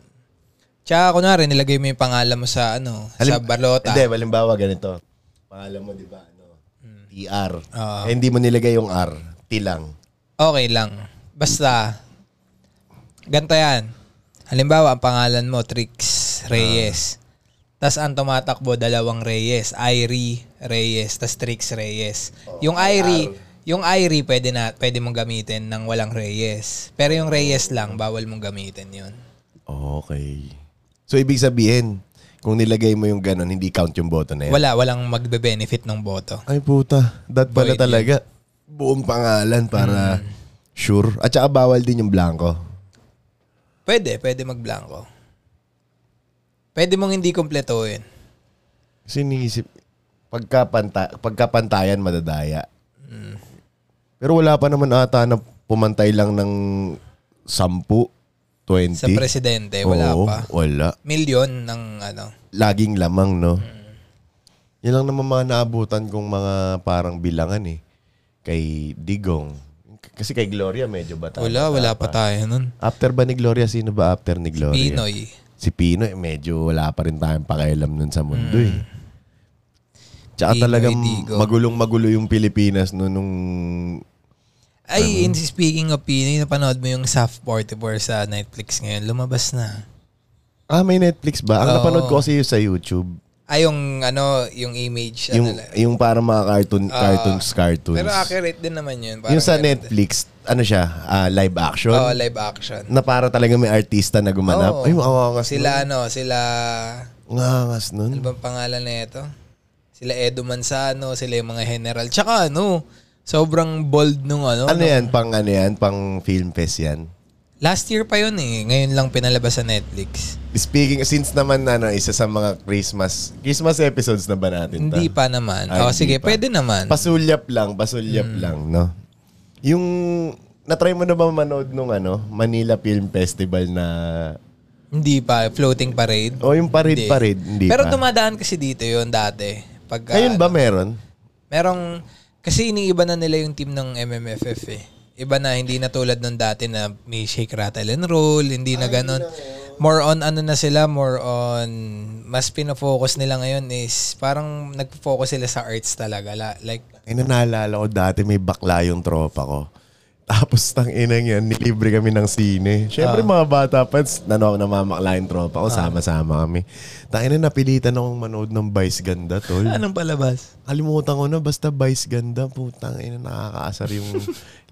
Speaker 2: Tsaka kunwari, nilagay mo yung pangalan mo sa ano, sa
Speaker 1: Halim-
Speaker 2: balota.
Speaker 1: Hindi, halimbawa ganito. Pangalan mo, di ba? Ano? TR.
Speaker 2: Ah.
Speaker 1: Eh, hindi mo nilagay yung R. T lang.
Speaker 2: Okay lang. Basta, ganito yan. Halimbawa, ang pangalan mo, Trix Reyes.
Speaker 1: Ah.
Speaker 2: tas ang tumatakbo, dalawang Reyes. Airy Reyes, tas Trix Reyes. yung
Speaker 1: Oh,
Speaker 2: Airy, yung Airy pwede, na, pwede mong gamitin ng walang Reyes. Pero yung Reyes lang, bawal mong gamitin yun.
Speaker 1: Okay. So, ibig sabihin, kung nilagay mo yung ganun, hindi count yung boto na yan.
Speaker 2: Wala, walang magbe-benefit ng boto.
Speaker 1: Ay puta, that pala
Speaker 2: Void
Speaker 1: talaga. Buong pangalan para
Speaker 2: Hmm.
Speaker 1: sure. At saka bawal din yung blanco.
Speaker 2: Pwede, pwede magblanco. Pwede mong hindi kumpletuhin.
Speaker 1: Sinisip, pagkapanta, pagkapantayan madadaya. Pero wala pa naman ata na pumantay lang ng 10, 20.
Speaker 2: Sa presidente, wala
Speaker 1: Oo,
Speaker 2: pa.
Speaker 1: Wala.
Speaker 2: Milyon ng ano,
Speaker 1: Laging lamang, no?
Speaker 2: Mm.
Speaker 1: Yan lang naman mga naabutan kong mga parang bilangan eh. Kay Digong. K- Kasi kay Gloria medyo bata.
Speaker 2: Wala, wala pa tayo nun.
Speaker 1: After ba ni Gloria? Sino ba after ni Gloria?
Speaker 2: Pinoy.
Speaker 1: Si Pinoy, medyo wala pa rin tayong pakialam nun sa mundo eh. Tsaka
Speaker 2: Pinoy,
Speaker 1: talagang
Speaker 2: Digo.
Speaker 1: magulong-magulo yung Pilipinas no, nung...
Speaker 2: Ay, in speaking of Pinoy, napanood mo yung SAF 44 sa Netflix ngayon. Lumabas na.
Speaker 1: Ah, may Netflix ba? Ang
Speaker 2: Oo.
Speaker 1: napanood ko kasi yun sa YouTube.
Speaker 2: Ay, yung ano, yung image.
Speaker 1: Yung,
Speaker 2: ano lang.
Speaker 1: yung para mga cartoon, cartoons, cartoons.
Speaker 2: Ah, Pero accurate din naman yun. Parang
Speaker 1: yung sa
Speaker 2: ganun.
Speaker 1: Netflix, ano siya? ah, live action?
Speaker 2: Oo, live action.
Speaker 1: na para talaga may artista na gumanap.
Speaker 2: Oo.
Speaker 1: Ay, maangas nun.
Speaker 2: Sila ano, sila...
Speaker 1: Maangas nun.
Speaker 2: Ano bang pangalan na ito? Sila Edo Manzano, sila yung mga general. Tsaka ano, sobrang bold nung ano.
Speaker 1: Ano
Speaker 2: nung-
Speaker 1: yan? Pang ano yan? Pang film fest yan?
Speaker 2: Last year pa yun eh. Ngayon lang pinalabas sa Netflix.
Speaker 1: Speaking, since naman ano, isa sa mga Christmas, Christmas episodes na ba natin
Speaker 2: Hindi pa naman.
Speaker 1: Ah, Diba?
Speaker 2: o
Speaker 1: hindi
Speaker 2: sige,
Speaker 1: pa.
Speaker 2: pwede naman.
Speaker 1: Pasulyap lang, pasulyap lang, no? Yung, natry mo na ba manood nung ano, Manila Film Festival na,
Speaker 2: Hindi pa. Floating parade.
Speaker 1: o yung parade-parade, hindi,
Speaker 2: Pero
Speaker 1: pa.
Speaker 2: dumadaan kasi dito yon dati. Pagka,
Speaker 1: Ngayon ba meron?
Speaker 2: Merong, kasi iniiba na nila yung team ng MMFF eh. Iba na, hindi na tulad nung dati na may shake, rattle, and roll, hindi na ganon. More on ano na sila, more on, mas pinafocus nila ngayon is parang nagpo-focus sila sa arts talaga. La- Like,
Speaker 1: Ay, naalala ko dati may bakla yung tropa ko. Tapos tang inang yan, nilibre kami ng sine. Siyempre mga bata pa, s- nano ako namamakla yung tropa ko, sama-sama kami. Tang ina, napilitan akong manood ng Vice Ganda, tol.
Speaker 2: anong palabas?
Speaker 1: Kalimutan ko na, basta Vice Ganda, putang ina, nakakaasar yung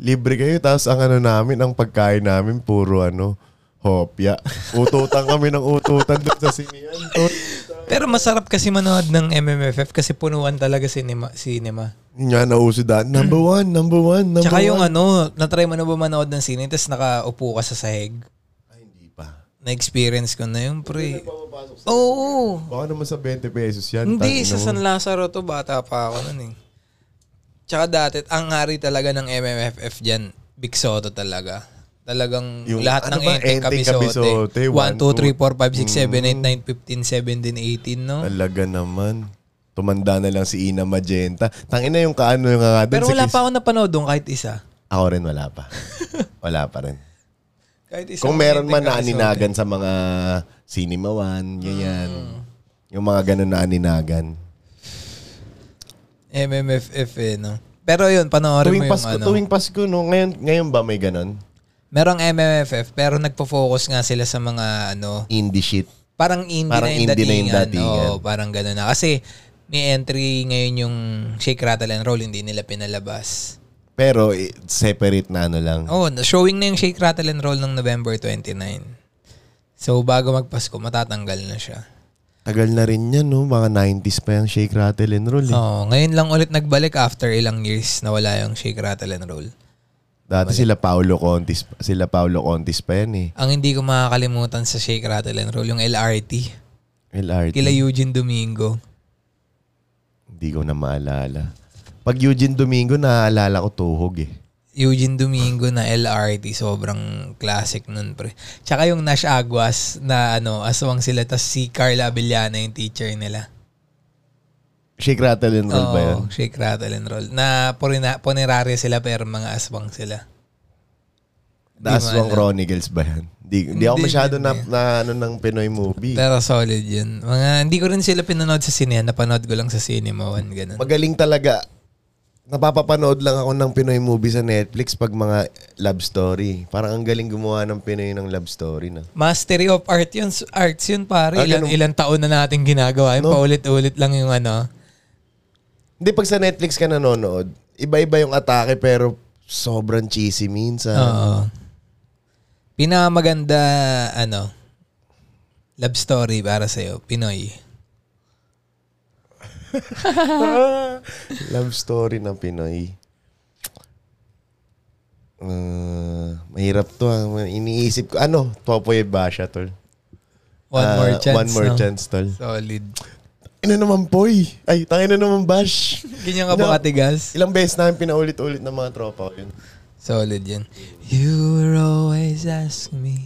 Speaker 1: libre kayo. Tapos ang ano namin, ang pagkain namin, puro ano, hopya. Ututan kami ng ututan doon sa sinian. tol.
Speaker 2: Pero masarap kasi manood ng MMFF kasi punuan talaga cinema. cinema.
Speaker 1: Yun nga, nauso dahil, Number one, number one, number
Speaker 2: Tsaka yung
Speaker 1: one.
Speaker 2: ano, natry mo na ba manood ng sine, tapos nakaupo ka sa sahig.
Speaker 1: Ay, hindi pa.
Speaker 2: Na-experience ko na yun, pre. Oo.
Speaker 1: Baka naman sa 20 pesos yan.
Speaker 2: Hindi,
Speaker 1: tangina
Speaker 2: sa
Speaker 1: mo.
Speaker 2: San Lazaro to, bata pa ako nun eh. Tsaka dati, ang hari talaga ng MMFF dyan, Big Soto talaga. Talagang
Speaker 1: Yung
Speaker 2: lahat
Speaker 1: ano
Speaker 2: ng
Speaker 1: ba,
Speaker 2: enteng
Speaker 1: enteng kabisote,
Speaker 2: kabisote. 1, 2,
Speaker 1: one, two, mm.
Speaker 2: 3, 4, 5, 6, 7, 8, 9, 15, 17, 18, no?
Speaker 1: Talaga naman. Tumanda na lang si Ina Magenta. Tangina yung kaano yung nga doon.
Speaker 2: Pero
Speaker 1: si
Speaker 2: wala
Speaker 1: Chris-
Speaker 2: pa ako napanood doon kahit isa.
Speaker 1: Ako rin wala pa. wala pa rin.
Speaker 2: Kahit isa
Speaker 1: Kung
Speaker 2: akong
Speaker 1: meron man
Speaker 2: enteng
Speaker 1: na
Speaker 2: kabisote.
Speaker 1: aninagan sa mga Cinema One, ganyan. Yung mga ganun na aninagan.
Speaker 2: MMFF eh, no? Pero yun, panoorin
Speaker 1: Tuwing
Speaker 2: mo yung
Speaker 1: Pasko,
Speaker 2: ano.
Speaker 1: tuwing Pasko, no? Ngayon, ngayon ba may ganon?
Speaker 2: Merong MMFF, pero nagpo-focus nga sila sa mga ano,
Speaker 1: Indie shit.
Speaker 2: parang indie
Speaker 1: Parang
Speaker 2: na yung
Speaker 1: indie na
Speaker 2: datingan.
Speaker 1: yung datingan.
Speaker 2: Oo, parang gano'n na. Kasi may entry ngayon yung Shake, Rattle and Roll, hindi nila pinalabas.
Speaker 1: Pero i- separate na ano lang.
Speaker 2: Oh, showing na yung Shake, Rattle and Roll ng November 29. So, bago magpasko, matatanggal na siya.
Speaker 1: Tagal na rin yan, no? Mga 90s pa yung shake, rattle, and roll. eh.
Speaker 2: Oo, ngayon lang ulit nagbalik after ilang years na wala yung Shake, Rattle and Roll.
Speaker 1: Dati sila Paolo Contis, sila Paolo Contis pa yan eh.
Speaker 2: Ang hindi ko makakalimutan sa Shake, Rattle and Roll, yung LRT.
Speaker 1: LRT.
Speaker 2: Kila Eugene Domingo.
Speaker 1: Hindi ko na maalala. Pag Eugene Domingo, naaalala ko tuhog eh.
Speaker 2: Eugene Domingo na LRT, sobrang classic nun, pre. Tsaka yung Nash Aguas na ano, aswang sila, tas si Carla Abellana yung teacher nila.
Speaker 1: Shake, rattle, and roll ba
Speaker 2: Oo,
Speaker 1: yan?
Speaker 2: Shake, rattle, and roll. Na purina, punerarya sila pero mga aswang sila.
Speaker 1: The Aswang
Speaker 2: alam.
Speaker 1: Chronicles ba yan? Hindi, hindi ako
Speaker 2: Hindi,
Speaker 1: masyado na,
Speaker 2: hindi.
Speaker 1: na ano ng Pinoy movie.
Speaker 2: Pero solid yun. Mga, hindi ko rin sila pinanood sa sine, napanood ko lang sa cinema one, ganun.
Speaker 1: Magaling talaga. Napapapanood lang ako ng Pinoy movie sa Netflix pag mga love story. Parang ang galing gumawa ng Pinoy ng love story na.
Speaker 2: Mastery of Art yun, arts yun pare.
Speaker 1: Ah,
Speaker 2: Ilan,
Speaker 1: ganun.
Speaker 2: ilan taon na natin ginagawa. Yung paulit-ulit lang yung ano.
Speaker 1: Hindi, pag sa Netflix ka nanonood, iba-iba yung atake pero sobrang cheesy minsan.
Speaker 2: Oo. Pinakamaganda, ano, love story para sa'yo, Pinoy.
Speaker 1: love story ng Pinoy. Uh, mahirap to. ah. Iniisip ko. Ano? Topoy Basha, tol.
Speaker 2: One
Speaker 1: Ah,
Speaker 2: more chance.
Speaker 1: One more
Speaker 2: no?
Speaker 1: chance, tol.
Speaker 2: Solid.
Speaker 1: Ina naman, boy. Ay, tangina naman, bash.
Speaker 2: Ganyan ka ba katigas?
Speaker 1: Ilang beses namin pinaulit-ulit ng mga tropa ko yun.
Speaker 2: Solid yun. You were always asking me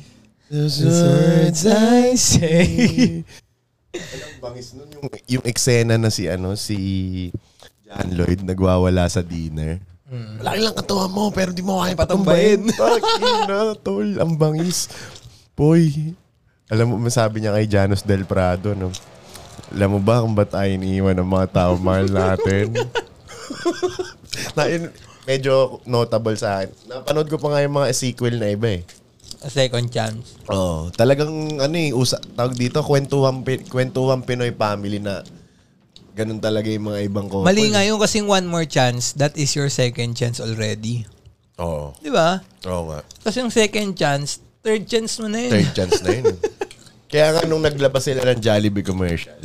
Speaker 1: Those
Speaker 2: the words I say.
Speaker 1: Ang bangis nun yung, yung eksena na si ano si John Lloyd nagwawala sa dinner. Laki lang katawan mo pero di mo kaya patumbayin. Fucking na, tol. Ang bangis. Boy. Alam mo, masabi niya kay Janos Del Prado, no? Alam mo ba kung ba't tayo iniiwan ng mga tao mahal natin? na, yun, medyo notable sa akin. Napanood ko pa nga yung mga sequel na iba eh.
Speaker 2: A second chance.
Speaker 1: Oo. talagang ano eh, usa, tawag dito, kwentuhan, Pi- kwentuhan Pinoy family na ganun talaga yung mga ibang couple.
Speaker 2: Mali nga yun kasing one more chance, that is your second chance already.
Speaker 1: Oo.
Speaker 2: Di ba?
Speaker 1: Oo nga.
Speaker 2: Kasi yung second chance, third chance mo na yun.
Speaker 1: Third chance na yun. Kaya nga nung naglabas sila ng Jollibee commercial,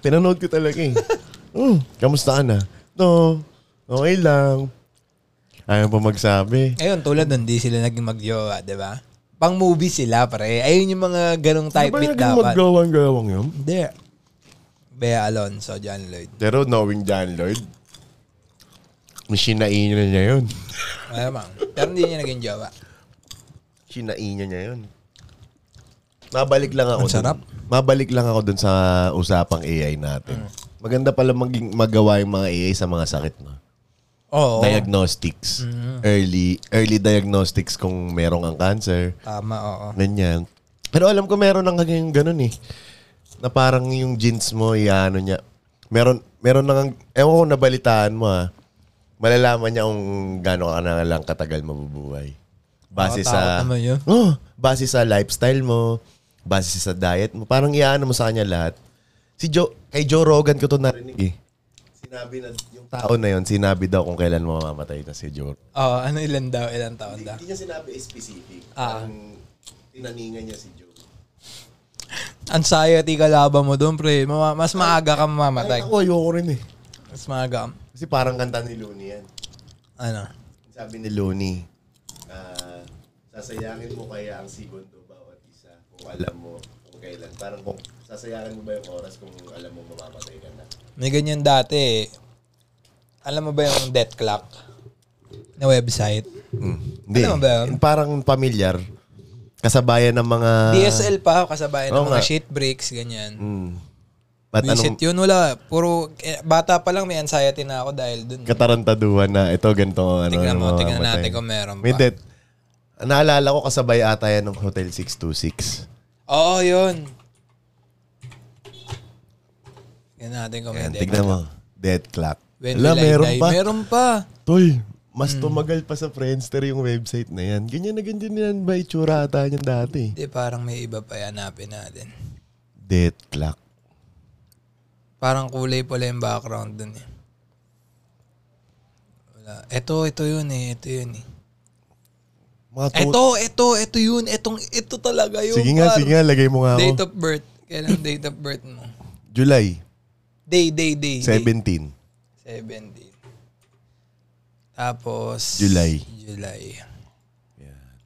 Speaker 1: pinanood ko talaga eh. Mm, kamusta ka na? No, okay lang. Ayaw pa magsabi.
Speaker 2: Ayun, tulad nun, di sila naging magjowa, di ba? Pang movie sila, pre. Ayun yung mga ganong type
Speaker 1: Ba
Speaker 2: bit
Speaker 1: Diba naging
Speaker 2: dapat.
Speaker 1: maggawang-gawang yun?
Speaker 2: Hindi. Bea Alonso, John Lloyd.
Speaker 1: Pero knowing John Lloyd, sinain niya niya yun.
Speaker 2: Malamang. Pero hindi niya naging jowa.
Speaker 1: Sinainya niya yun. Mabalik lang ako.
Speaker 2: Ang sarap.
Speaker 1: Dun. Mabalik lang ako dun sa usapang AI natin.
Speaker 2: Mm.
Speaker 1: Maganda pala maging magawa yung mga AI sa mga sakit, no?
Speaker 2: Oo. Mm-hmm.
Speaker 1: Diagnostics. Early early diagnostics kung merong ang cancer.
Speaker 2: Tama, oo.
Speaker 1: Ganyan. Pero alam ko meron ng kagayang ganun eh. Na parang yung jeans mo, iano niya. Meron, meron nang, ewan ko nabalitaan mo ah. Malalaman niya kung gano'n ka na lang katagal mabubuhay. Base
Speaker 2: Nakatakot
Speaker 1: sa,
Speaker 2: naman yun.
Speaker 1: oh, base sa lifestyle mo, base sa diet mo. Parang iano mo sa kanya lahat. Si Joe, kay Joe Rogan ko to narinig eh. Sinabi na, yung tao na yun, sinabi daw kung kailan mamamatay na si Joe
Speaker 2: Oo, ano ilan daw, ilan taon daw.
Speaker 1: hindi niya sinabi specific.
Speaker 2: Ah.
Speaker 1: Ang tinaningan niya si Joe.
Speaker 2: Anxiety kalaban mo doon, pre. Mama- mas maaga ka mamamatay.
Speaker 1: ako, ayoko rin eh.
Speaker 2: Mas maaga ka.
Speaker 1: Kasi parang kanta ni Looney yan.
Speaker 2: Ano?
Speaker 1: Sabi ni Looney, ah, sasayangin mo kaya ang segundo bawat isa kung alam mo kung kailan. Parang kung sasayangin mo ba yung oras kung alam mo mamamatay ka na.
Speaker 2: May ganyan dati eh. Alam mo ba yung death clock? Na website?
Speaker 1: Hindi.
Speaker 2: Alam mo ba yun?
Speaker 1: Parang pamilyar. Kasabayan ng mga...
Speaker 2: DSL pa, kasabay ng
Speaker 1: Ah. Oo
Speaker 2: mga
Speaker 1: nga.
Speaker 2: shit breaks, ganyan.
Speaker 1: Mm. Ba't
Speaker 2: Visit
Speaker 1: anong
Speaker 2: yun, wala. Puro, eh, bata pa lang may anxiety na ako dahil dun.
Speaker 1: katarantaduhan na ito, ganito. Ano,
Speaker 2: Tignan mo,
Speaker 1: ano,
Speaker 2: tignan
Speaker 1: mamamatay.
Speaker 2: natin kung meron pa.
Speaker 1: May death. Naalala ko kasabay ata yan ng Hotel 626.
Speaker 2: Oo, yun. Yan natin kung may
Speaker 1: Ayan,
Speaker 2: death.
Speaker 1: tignan mo. Dead clock.
Speaker 2: When
Speaker 1: Ala,
Speaker 2: Will I
Speaker 1: meron
Speaker 2: Die? Hmm.
Speaker 1: pa.
Speaker 2: Meron pa.
Speaker 1: Tol, mas tumagal pa sa Friendster yung website na yan. Ganyan na ganyan yan ba itsura ata niyan dati?
Speaker 2: Hindi, parang may iba pa hanapin natin.
Speaker 1: Death clock.
Speaker 2: Parang kulay pala yung background dun eh. Wala. Ito, ito yun eh. Ito yun eh.
Speaker 1: Mga to-
Speaker 2: Ito, ito, ito yun. Itong, ito talaga yun.
Speaker 1: sige nga,
Speaker 2: par.
Speaker 1: sige nga, oh. lagay mo nga
Speaker 2: Date
Speaker 1: ako.
Speaker 2: of birth. Kailan date of birth mo?
Speaker 1: July
Speaker 2: Day, day, day. Day.
Speaker 1: 17.
Speaker 2: Seven day. Tapos...
Speaker 1: July.
Speaker 2: July.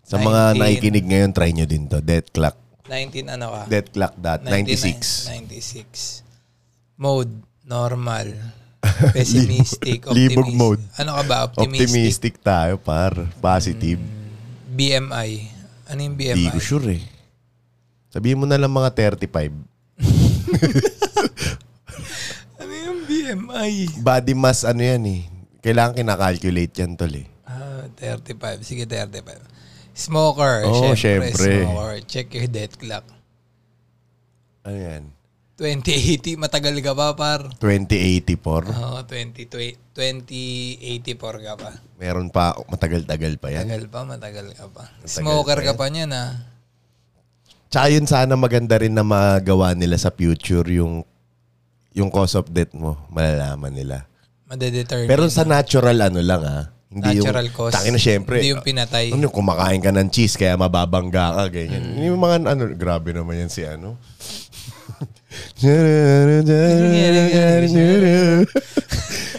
Speaker 1: Sa mga
Speaker 2: 19.
Speaker 1: nakikinig ngayon, try nyo din to. Death clock.
Speaker 2: 19 ano ka?
Speaker 1: Death clock dot 96.
Speaker 2: 96. Mode, normal, pessimistic, optimistic.
Speaker 1: Libog mode.
Speaker 2: Ano ka ba? Optimistic. Mm,
Speaker 1: Optimistic tayo, par. Positive.
Speaker 2: BMI. Ano yung BMI?
Speaker 1: Hindi ko sure eh. Sabihin mo na lang mga 35.
Speaker 2: Ano yung BMI?
Speaker 1: Body mass ano yan eh. Kailangan kinakalculate yan tol eh.
Speaker 2: Ah, 35. Sige, 35. Smoker.
Speaker 1: Oo,
Speaker 2: syempre,
Speaker 1: syempre.
Speaker 2: Smoker. Check your death clock.
Speaker 1: Ano yan?
Speaker 2: 2080, matagal ka pa, par.
Speaker 1: 2084.
Speaker 2: Oo, 20, 2084 ka pa.
Speaker 1: Meron pa, matagal-tagal pa yan.
Speaker 2: Matagal pa, matagal ka pa. Smoker ka pa niyan, ah. ha?
Speaker 1: Tsaka yun sana maganda rin na magawa nila sa future yung yung cause of death mo. Malalaman nila.
Speaker 2: Madedetermine.
Speaker 1: Pero sa natural ano lang ah. Hindi
Speaker 2: Natural
Speaker 1: yung,
Speaker 2: cause.
Speaker 1: Tangin na syempre.
Speaker 2: Hindi yung pinatay.
Speaker 1: Ano, kumakain ka ng cheese kaya mababangga ka, ganyan. Yung mga ano, grabe naman yan si ano.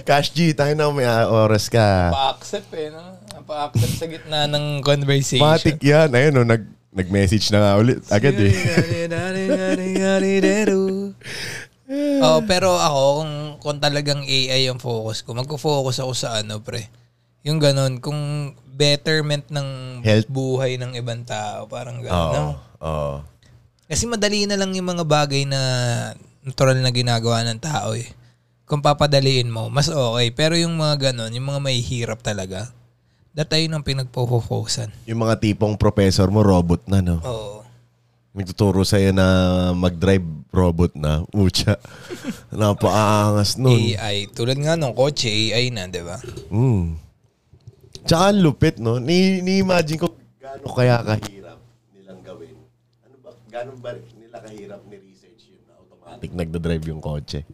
Speaker 1: Cash G, tayo na may oras ka.
Speaker 2: Pa-accept eh, no? Pa-accept sa gitna ng conversation.
Speaker 1: Matik yan. Ayun, oh, nag, nag-message na nga ulit. Agad eh.
Speaker 2: oh, pero ako, kung, kung talagang AI ang focus ko, magko-focus ako sa ano, pre. Yung ganun, kung betterment ng
Speaker 1: Health.
Speaker 2: buhay ng ibang tao, parang ganun.
Speaker 1: Oo.
Speaker 2: no?
Speaker 1: Oo.
Speaker 2: Kasi madali na lang yung mga bagay na natural na ginagawa ng tao eh. Kung papadaliin mo, mas okay. Pero yung mga ganun, yung mga may hirap talaga, datay ng pinagpo-focusan.
Speaker 1: Yung mga tipong professor mo, robot na, no?
Speaker 2: Oo.
Speaker 1: Nagtuturo sa'yo na mag-drive, robot na. Ucha. Napakaangas nun.
Speaker 2: AI. Tulad nga nung kotse, AI na, di ba?
Speaker 1: Mm. Tsaka ang lupit, no? Ni- Ni-imagine ko gaano kaya kahirap nilang gawin. Ano ba? Gaano ba nila kahirap ni-research yun na automatic nagdadrive yung kotse?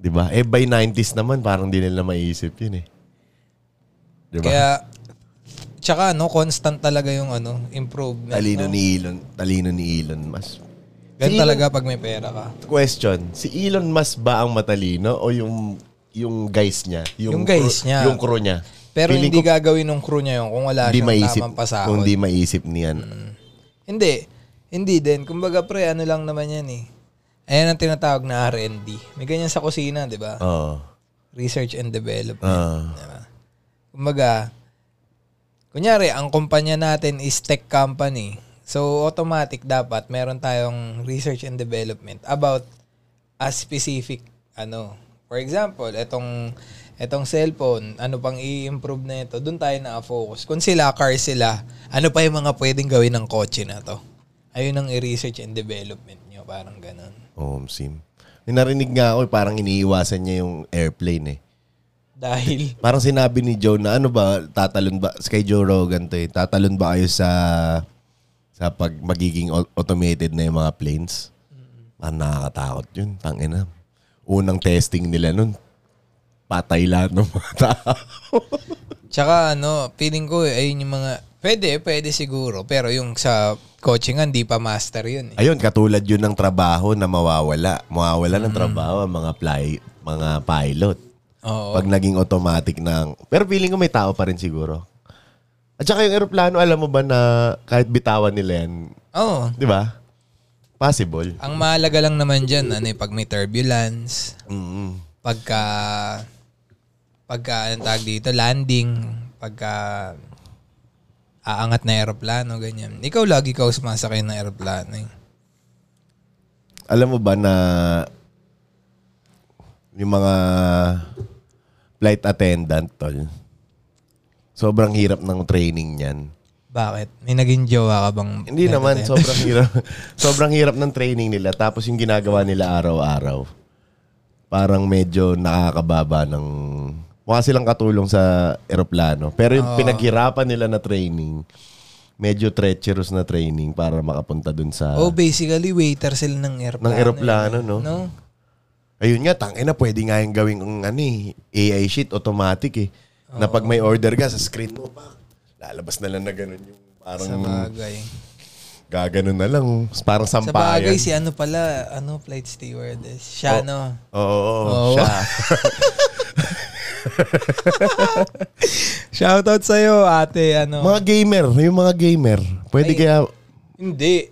Speaker 1: Di ba? Eh, by 90s naman, parang di nila maiisip yun eh. Di ba?
Speaker 2: Kaya, tsaka ano, constant talaga yung ano, improvement.
Speaker 1: Talino
Speaker 2: no?
Speaker 1: ni Elon, talino ni Elon Musk.
Speaker 2: Ganun
Speaker 1: Si
Speaker 2: talaga pag may pera ka.
Speaker 1: Question, si Elon Musk ba ang matalino o yung yung guys niya?
Speaker 2: Yung guys
Speaker 1: crew-
Speaker 2: niya.
Speaker 1: Yung crew niya.
Speaker 2: Pero
Speaker 1: Feeling
Speaker 2: hindi
Speaker 1: ko
Speaker 2: gagawin ng crew niya yun kung wala
Speaker 1: hindi
Speaker 2: siyang
Speaker 1: maisip,
Speaker 2: tamang pasahod. Mm.
Speaker 1: kung hindi maisip niyan.
Speaker 2: Hindi. Hindi din. Kumbaga pre, ano lang naman yan eh. Ayan ang tinatawag na R&D. May ganyan sa kusina, di ba?
Speaker 1: Oo. Ah.
Speaker 2: Research and Development.
Speaker 1: Oo.
Speaker 2: Diba? Kumbaga, kunyari, ang kumpanya natin is tech company. So, automatic dapat meron tayong research and development about a specific ano. For example, etong etong cellphone, ano pang i-improve na ito, doon tayo na-focus. Kung sila, car sila, ano pa yung mga pwedeng gawin ng kotse na to? Ayun ang i-research and development nyo, parang ganun.
Speaker 1: Oh, sim. May narinig nga ako, eh, parang iniiwasan niya yung airplane eh.
Speaker 2: Dahil,
Speaker 1: Parang sinabi ni Joe na ano ba, tatalon ba, kay Joe Rogan to eh, tatalon ba kayo sa, sa pag magiging au- automated na yung mga planes?
Speaker 2: Mm.
Speaker 1: Parang nakakatakot yun, tangin na. Unang testing nila nun, patay lahat ng mga tao.
Speaker 2: Tsaka ano, feeling ko eh, ayun yung mga pwede, pwede siguro, pero yung sa coaching nga, hindi pa master yun eh.
Speaker 1: Ayun, katulad yun ng trabaho na mawawala. Mawawala ng trabaho ang mga, fly, mga pilot.
Speaker 2: Oo.
Speaker 1: Pag naging automatic ng... Pero feeling ko may tao pa rin siguro. At saka yung aeroplano, alam mo ba na kahit bitawan nila yan,
Speaker 2: Oo.
Speaker 1: di ba? Possible.
Speaker 2: Ang mahalaga lang naman dyan, ano eh, pag may turbulence,
Speaker 1: Mm.
Speaker 2: pagka, pagka, anong tawag dito, landing, pagka, aangat na aeroplano, ganyan. Ikaw lagi ka sumasakay ng aeroplano eh.
Speaker 1: Alam mo ba na yung mga flight attendant, tol, sobrang hirap ng training niyan.
Speaker 2: Bakit? May naging jowa ka bang?
Speaker 1: Hindi naman, sobrang hirap. sobrang hirap ng training nila. Tapos yung ginagawa nila araw-araw. parang medyo nakakababa ng... Mukha silang katulong sa eroplano. Pero
Speaker 2: Ah.
Speaker 1: yung pinaghirapan nila na training, medyo treacherous na training para makapunta dun sa...
Speaker 2: Oh, basically, waiter sila ng airplane.
Speaker 1: ng eroplano, no?
Speaker 2: No?
Speaker 1: Ayun nga, tangin na, pwede nga yung gawing ang ano eh, AI shit, automatic eh. Na pag may order ka, sa screen mo pa, lalabas na lang na ganun yung
Speaker 2: Sa
Speaker 1: parang
Speaker 2: bagay.
Speaker 1: gaganon na lang. Parang
Speaker 2: Sa
Speaker 1: sampayan.
Speaker 2: bagay, si ano pala, ano, flight stewardess. Siya, no?
Speaker 1: Oo, oo,
Speaker 2: Oo.
Speaker 1: siya.
Speaker 2: Shoutout sa'yo, ate, ano?
Speaker 1: Mga gamer, yung mga gamer. Pwede kaya...
Speaker 2: Hindi.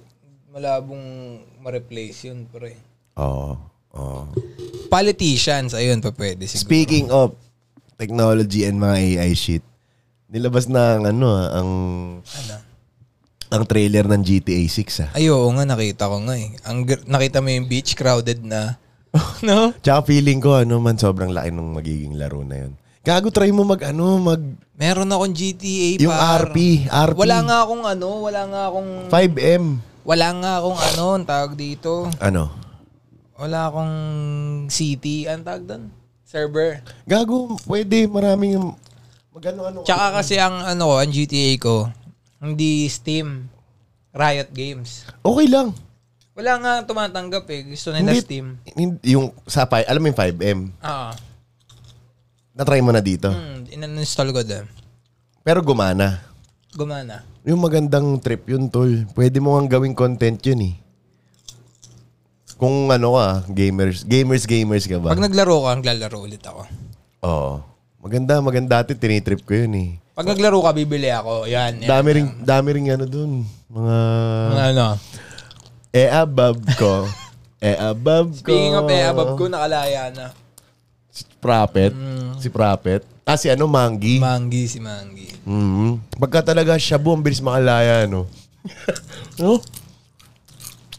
Speaker 2: Malabong ma-replace yun, pre.
Speaker 1: Oo, oo.
Speaker 2: Politicians, ayun pa pwede
Speaker 1: oh.
Speaker 2: siguro.
Speaker 1: Speaking of technology and mga AI shit, nilabas na ang ano ah, ang
Speaker 2: Ano?
Speaker 1: ang trailer ng GTA 6 ah.
Speaker 2: Ay, oo nga, nakita ko nga eh. Ang, gr- nakita mo yung beach, crowded na. no?
Speaker 1: Tsaka feeling ko ano man sobrang laki ng magiging laro na yun. Gago try mo mag ano mag
Speaker 2: Meron akong GTA
Speaker 1: yung
Speaker 2: par.
Speaker 1: RP, RP.
Speaker 2: Wala nga akong ano, wala nga akong...
Speaker 1: 5M.
Speaker 2: Wala nga akong ano, ang tawag dito.
Speaker 1: Ano?
Speaker 2: Wala akong city, ang tawag doon? Server.
Speaker 1: Gago, pwede maraming magano ano.
Speaker 2: Tsaka kasi ang ano ko, ang GTA ko, hindi Steam, Riot Games.
Speaker 1: Okay lang.
Speaker 2: Wala nga tumatanggap eh. Gusto nila
Speaker 1: Hindi-
Speaker 2: Steam.
Speaker 1: hindi- yung sa fi- alam mo yung 5M.
Speaker 2: Ah.
Speaker 1: Na-try mo na dito.
Speaker 2: Hmm, in-install ko doon.
Speaker 1: Pero gumana.
Speaker 2: Gumana.
Speaker 1: Yung magandang trip yun, tol. Pwede mo nga gawing content yun eh. Kung ano ka, gamers, gamers, gamers ka ba?
Speaker 2: Pag naglaro ka, naglalaro ulit ako.
Speaker 1: Oo. Maganda, maganda dati, tinitrip ko yun eh.
Speaker 2: Pag naglaro ka, bibili ako. Yan. yan.
Speaker 1: Dami ring, dami ring ano dun. Mga,
Speaker 2: Mga ano.
Speaker 1: e abab ko. e abab ko.
Speaker 2: Speaking of eh, abab ko, nakalaya na.
Speaker 1: Si Prophet.
Speaker 2: Mm.
Speaker 1: Si Prophet. Ah, si ano, Mangi.
Speaker 2: Mangi si Mangi.
Speaker 1: Mhm. Pagka talaga shabu, ang bilis makalaya, no? no?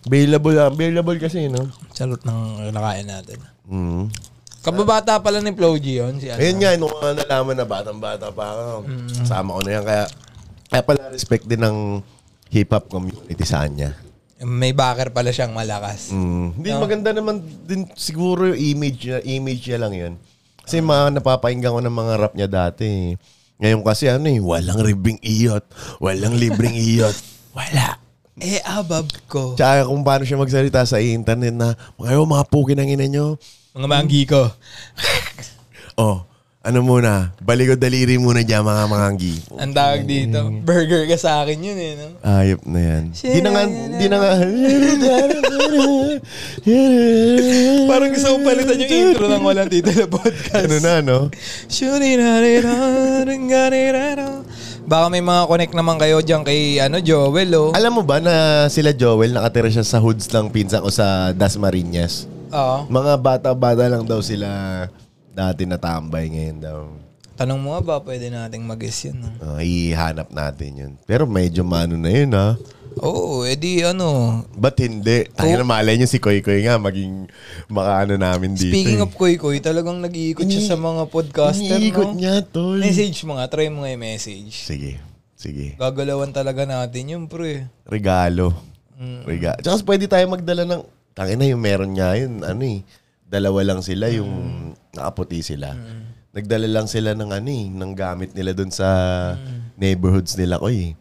Speaker 1: Available, ah. available kasi, no?
Speaker 2: Salot ng nakain natin.
Speaker 1: Mhm.
Speaker 2: Kababata pala ni Flo G yun. Si ano.
Speaker 1: Ayun nga, nung uh, nalaman na batang-bata pa ako, sama ko na yan. Kaya, kaya pala respect din ng hip-hop community sa kanya.
Speaker 2: May backer pala siyang malakas.
Speaker 1: Mm. Hindi, maganda naman din siguro yung image niya, image niya lang yun. Kasi mga napapakinggan ko ng mga rap niya dati. Ngayon kasi ano eh, walang ribing iyot, walang libreng iyot, wala.
Speaker 2: Eh, abab ko.
Speaker 1: Tsaka kung paano siya magsalita sa internet na, kayo mga puki ng ina nyo,
Speaker 2: Mga Mangi ko.
Speaker 1: oh, ano muna, balikod daliri muna dyan mga manganggi.
Speaker 2: Ang tawag dito. Burger ka sa akin yun eh. No?
Speaker 1: Ayop Ah, na yan. Di na nga, di na nga.
Speaker 2: Parang gusto kong palitan yung intro ng walang tito na
Speaker 1: ano
Speaker 2: podcast.
Speaker 1: na, no?
Speaker 2: Baka may mga connect naman kayo dyan kay ano, Joel oh.
Speaker 1: Alam mo ba na sila Joel nakatira siya sa hoods lang pinsan ko sa Dasmariñas?
Speaker 2: Oo.
Speaker 1: Mga bata-bata lang daw sila dati natambay ngayon daw.
Speaker 2: Tanong mo nga ba, pwede nating mag-guess yun. no?
Speaker 1: Ah, ihanap natin yun. Pero medyo mano na yun, ha?
Speaker 2: Oo, oh, edi ano.
Speaker 1: Ba't hindi? Tayo
Speaker 2: Oh.
Speaker 1: na malay niyo si Koy Koy nga maging makaano namin dito.
Speaker 2: Speaking
Speaker 1: eh.
Speaker 2: of Koy Koy, talagang nag-iikot siya sa mga podcaster,
Speaker 1: Iniikot
Speaker 2: no?
Speaker 1: niya, tol.
Speaker 2: Message mo nga, try mo nga yung message.
Speaker 1: Sige, sige.
Speaker 2: Gagalawan talaga natin yun, pre.
Speaker 1: Regalo. Regalo. Tsaka pwede tayo magdala ng... Tangina na yung meron niya yun. Ano eh. Dalawa lang sila yung nakaputi sila. Nagdala lang sila ng ano eh, ng gamit nila dun sa neighborhoods nila ko eh.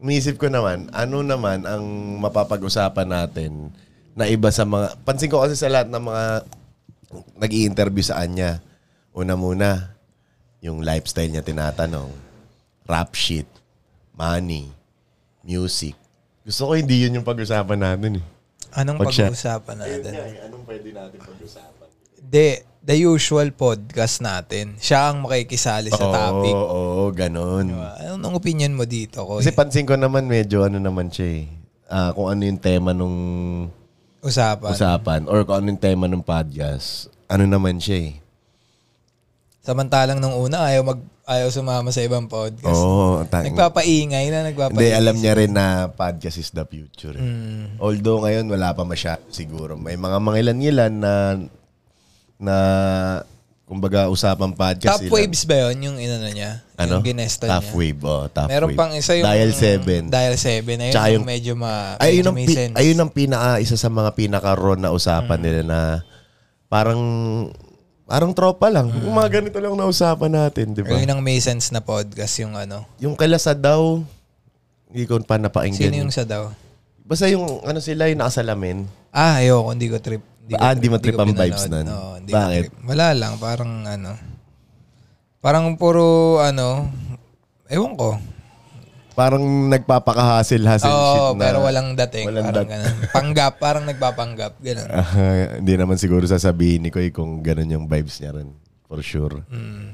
Speaker 1: Umiisip ko naman, ano naman ang mapapag-usapan natin na iba sa mga... Pansin ko kasi sa lahat ng mga nag interview sa kanya, una muna, yung lifestyle niya tinatanong. Rap shit, money, music. Gusto ko hindi yun yung pag-usapan natin eh.
Speaker 2: Anong
Speaker 1: Pag siya-
Speaker 2: pag-uusapan natin?
Speaker 1: eh, anong pwede natin pag-usapan?
Speaker 2: De, the usual podcast natin. Siya ang makikisali sa topic. Diba?
Speaker 1: Oo, oo, ganun.
Speaker 2: Anong opinion mo dito, Koy?
Speaker 1: Kasi pansin ko naman medyo ano naman siya eh. Ah, kung ano yung tema nung
Speaker 2: Usapan.
Speaker 1: usapan or kung ano yung tema ng podcast, ano naman siya eh.
Speaker 2: Samantalang nung una, ayaw, mag, ayaw sumama sa ibang podcast.
Speaker 1: Oo, ang tanging-
Speaker 2: Nagpapaingay na,
Speaker 1: Hindi,
Speaker 2: nagpapaingay.
Speaker 1: alam niya rin na podcast is the future. eh.
Speaker 2: Mm.
Speaker 1: Although ngayon wala pa masyado siguro. May mga mangilan-ngilan na na kumbaga usapang podcast
Speaker 2: Top
Speaker 1: ilan-
Speaker 2: waves ba yun yung inano niya?
Speaker 1: ano?
Speaker 2: Yung ginesto
Speaker 1: top
Speaker 2: niya?
Speaker 1: wave, oh, top
Speaker 2: Meron
Speaker 1: wave.
Speaker 2: pang isa yung...
Speaker 1: Dial 7.
Speaker 2: Dial 7. Ayun
Speaker 1: Tsaka
Speaker 2: yung
Speaker 1: yung-
Speaker 2: medyo ma...
Speaker 1: ayun
Speaker 2: medyo
Speaker 1: ang
Speaker 2: may
Speaker 1: pi-
Speaker 2: sense. Mm.
Speaker 1: ayun ang pinaka isa sa mga pinaka raw na usapan nila na Parang, parang tropa lang.
Speaker 2: Mm.
Speaker 1: Yung mga ganito lang nausapan natin, di ba?
Speaker 2: Yun ang may sense na podcast yung ano.
Speaker 1: Yung kalasa daw, hindi ko pa
Speaker 2: Sino
Speaker 1: napainggan.
Speaker 2: yung sa daw?
Speaker 1: Basta yung ano sila, yung nakasalamin.
Speaker 2: Ah, ayoko. Hindi ko trip. Hindi
Speaker 1: Ah, hindi mo
Speaker 2: ko
Speaker 1: trip ang
Speaker 2: pinanood.
Speaker 1: vibes nun?
Speaker 2: Oo, hindi
Speaker 1: Bakit?
Speaker 2: Ko trip. Wala lang. Parang ano. Parang puro ano. Ewan ko.
Speaker 1: Parang nagpapakahasil-hasil shit
Speaker 2: Oo,
Speaker 1: na.
Speaker 2: pero walang dating.
Speaker 1: walang
Speaker 2: parang
Speaker 1: dat-
Speaker 2: ganun. Panggap. Parang nagpapanggap. Ganun.
Speaker 1: Ah, hindi naman siguro sasabihin ni Koy kung ganun yung vibes niya rin. For sure.
Speaker 2: Mm.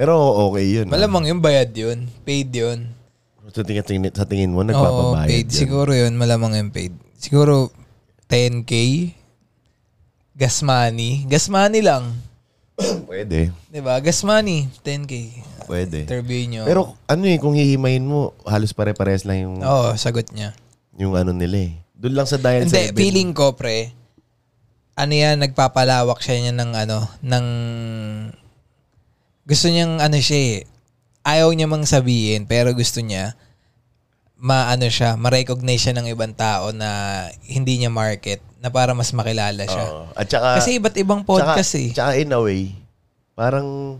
Speaker 1: Pero okay yun. ah.
Speaker 2: Malamang yung bayad yun. Paid yun.
Speaker 1: Sa tingin, tingin- sa tingin mo,
Speaker 2: Oo,
Speaker 1: nagpapabayad
Speaker 2: paid.
Speaker 1: yan.
Speaker 2: Siguro yun. Malamang yung paid. Siguro 10K. Gas money. Gas money lang.
Speaker 1: Pwede.
Speaker 2: 'Di ba? Gas money. 10K.
Speaker 1: Pwede.
Speaker 2: Interview nyo.
Speaker 1: Pero ano eh, kung hihimayin mo, halos pare-pares lang yung,
Speaker 2: Oo, sagot niya.
Speaker 1: yung ano nila eh. Doon lang sa dial
Speaker 2: Hindi,
Speaker 1: 7.
Speaker 2: feeling ko, pre, ano yan, nagpapalawak siya niya ng ano, ng... Gusto niyang ano siya eh. Ayaw niya mang sabihin, pero gusto niya maano siya, ma-recognize siya ng ibang tao na hindi niya market, na para mas makilala siya.
Speaker 1: Oo. At saka,
Speaker 2: Kasi iba't ibang podcast
Speaker 1: tsaka,
Speaker 2: eh.
Speaker 1: Tsaka in a way, parang,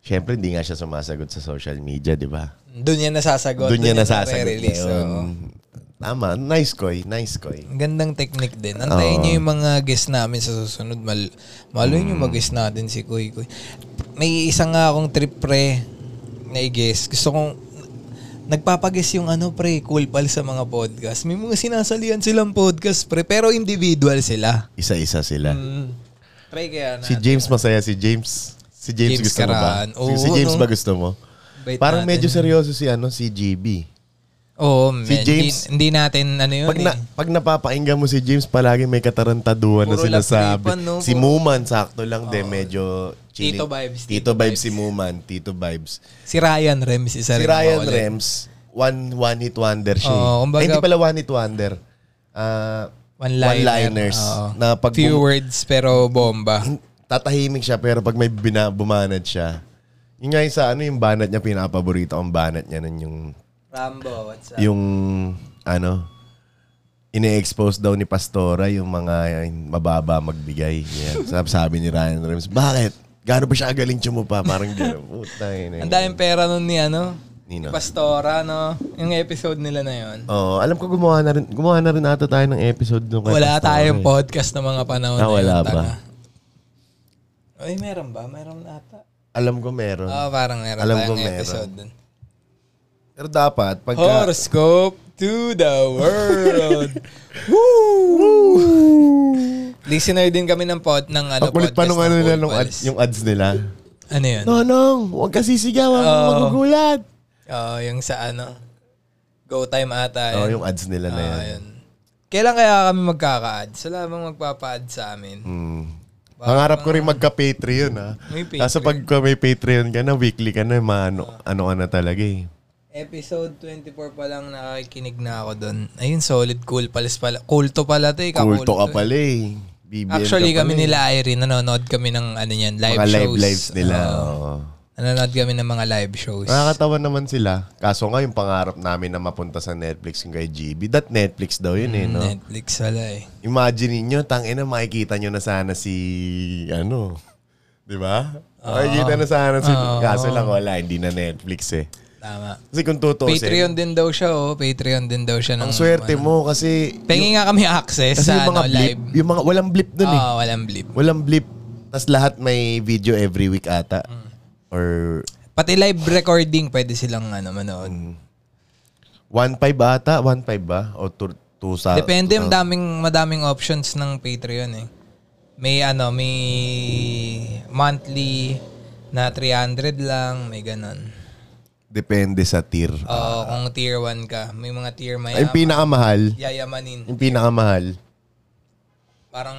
Speaker 1: syempre hindi nga siya sumasagot sa social media, di ba?
Speaker 2: Doon niya nasasagot.
Speaker 1: Doon niya nasasagot
Speaker 2: nare-release,
Speaker 1: ngayon.
Speaker 2: oo.
Speaker 1: Tama, nice koy, nice koy.
Speaker 2: Ang Gandang technique din.
Speaker 1: Oo. Mm.
Speaker 2: Antayin niyo yung mga guests namin sa susunod. Mal Malo yung mag-guest natin si Kuy Kuy. May isa nga akong trip pre na i-guest. Gusto kong nagpapag-guest yung ano pre, cool pal sa mga podcast. May mga sinasalian silang podcast pre, pero individual sila.
Speaker 1: Isa-isa sila.
Speaker 2: Mm. Try kaya na.
Speaker 1: Si James masaya, si James. Si James,
Speaker 2: James
Speaker 1: gusto
Speaker 2: Caraan.
Speaker 1: mo ba? Si- si
Speaker 2: Oo,
Speaker 1: James
Speaker 2: no?
Speaker 1: ba gusto mo?
Speaker 2: Bait
Speaker 1: Parang
Speaker 2: natin.
Speaker 1: medyo seryoso si ano, si GB.
Speaker 2: Oo, man.
Speaker 1: Si James.
Speaker 2: Hindi, hindi natin ano yun
Speaker 1: Pag, na,
Speaker 2: eh.
Speaker 1: pag napapakinggan mo si James, palagi may katarantaduan na
Speaker 2: Puro
Speaker 1: sinasabi.
Speaker 2: lapripan, no?
Speaker 1: Si
Speaker 2: Puro-
Speaker 1: Muman, sakto lang din, medyo chilling.
Speaker 2: Tito vibes,
Speaker 1: Tito,
Speaker 2: Tito
Speaker 1: vibes
Speaker 2: vibes.
Speaker 1: si Muman, Tito vibes.
Speaker 2: Si Ryan Rems.
Speaker 1: Si
Speaker 2: Isa rin
Speaker 1: Ryan
Speaker 2: makulit.
Speaker 1: Rems, one, one hit wonder siya. eh.
Speaker 2: Oo, kumbaga-
Speaker 1: Ay, hindi pala one hit wonder. Ah,
Speaker 2: One-liner.
Speaker 1: one-liners
Speaker 2: Oo.
Speaker 1: na pag
Speaker 2: Few words pero bomba.
Speaker 1: tatahimik siya pero pag may bina, bumanat siya. Yun nga yung sa ano yung banat niya, pinapaborito ang banat niya nun yung,
Speaker 2: Rambo, what's
Speaker 1: yung ano, ine-expose daw ni Pastora yung mga yung mababa magbigay. Yan. Sabi, sabi ni Ryan Rems, bakit? Gano'n ba siya agaling tsumupa? Parang gano'n. Puta yun.
Speaker 2: Ang daming pera nun ni ano,
Speaker 1: Nino.
Speaker 2: ni Pastora, no? Yung episode nila na yon.
Speaker 1: Oo, alam ko gumawa na rin, gumawa na rin ata tayo ng episode nung kay
Speaker 2: Wala
Speaker 1: Pastora eh.
Speaker 2: tayong podcast ng mga panahon
Speaker 1: Ah,
Speaker 2: na
Speaker 1: wala
Speaker 2: yun, tanga.
Speaker 1: ba?
Speaker 2: Ay, meron ba? Meron na ata.
Speaker 1: Alam ko meron.
Speaker 2: Oo, Ah, parang meron
Speaker 1: Alam ko
Speaker 2: tayong
Speaker 1: meron.
Speaker 2: episode dun.
Speaker 1: Pero dapat, pagka...
Speaker 2: Oh, Horoscope to the world. Woo! Listener din kami ng pod ng ano
Speaker 1: Ang kulit pa nung
Speaker 2: ng
Speaker 1: ano nila,
Speaker 2: Cold
Speaker 1: nung
Speaker 2: Pals.
Speaker 1: ads, yung ads nila.
Speaker 2: Ano yun?
Speaker 1: Nonong, huwag ka sisigaw, ang
Speaker 2: Oo.
Speaker 1: magugulat.
Speaker 2: Oo, yung sa ano. Go time ata.
Speaker 1: Oo,
Speaker 2: yun.
Speaker 1: Oh, yung ads nila na
Speaker 2: Ah,
Speaker 1: yan.
Speaker 2: yun. Kailan kaya kami magkaka-add? Sila bang magpapa-add sa amin?
Speaker 1: Mm. Pangarap ko rin magka-Patreon ha.
Speaker 2: May Patreon.
Speaker 1: Kaso pag ka- may Patreon ka na, weekly ka na, maano, ano ka na talaga eh.
Speaker 2: Episode 24 pa lang nakakinig na ako doon. Ayun, solid cool palis pala. Kulto pala to eh.
Speaker 1: Kulto
Speaker 2: kakulto
Speaker 1: ka
Speaker 2: eh.
Speaker 1: pala eh. BBM
Speaker 2: Actually,
Speaker 1: ka pala
Speaker 2: kami
Speaker 1: eh.
Speaker 2: nila Irene, nanonood kami ng ano yan, live
Speaker 1: Mga live
Speaker 2: shows. Ah.
Speaker 1: lives nila.
Speaker 2: Oo.
Speaker 1: oo.
Speaker 2: nanonood kami ng mga live shows.
Speaker 1: Nakakatawa naman sila. Kaso nga yung pangarap namin na mapunta sa Netflix yung kay GB. That Netflix daw yun eh, no?
Speaker 2: Mm, Ano? Netflix wala eh.
Speaker 1: Imagine niyo, tangina makikita niyo na sana si ano, 'di ba?
Speaker 2: Ah.
Speaker 1: Makikita na sana si kaso lang wala, hindi na Netflix eh.
Speaker 2: Tama.
Speaker 1: Kasi kung tutusin,
Speaker 2: Patreon din daw siya oh. Patreon din daw siya.
Speaker 1: ang
Speaker 2: Ng,
Speaker 1: swerte mo kasi
Speaker 2: Pengi nga kami access
Speaker 1: kasi
Speaker 2: sa
Speaker 1: yung mga
Speaker 2: ano,
Speaker 1: blip,
Speaker 2: live. Ah.
Speaker 1: yung mga walang blip
Speaker 2: Oo,
Speaker 1: doon eh.
Speaker 2: walang blip.
Speaker 1: Walang blip. Tapos lahat may video every week ata.
Speaker 2: Mm.
Speaker 1: Or
Speaker 2: Pati live recording, pwede silang ano,
Speaker 1: Mm.
Speaker 2: manood.
Speaker 1: 1.5 ata, 1.5 ba? O 2 sa
Speaker 2: Depende, ang
Speaker 1: ah.
Speaker 2: daming madaming options ng Patreon eh. May ano, may monthly na 300 lang, may ganun.
Speaker 1: Depende sa tier.
Speaker 2: Oo, kung tier 1 ka, may mga tier may
Speaker 1: Ah. Ay, yung pinakamahal,
Speaker 2: yayamanin.
Speaker 1: yung pinakamahal.
Speaker 2: Parang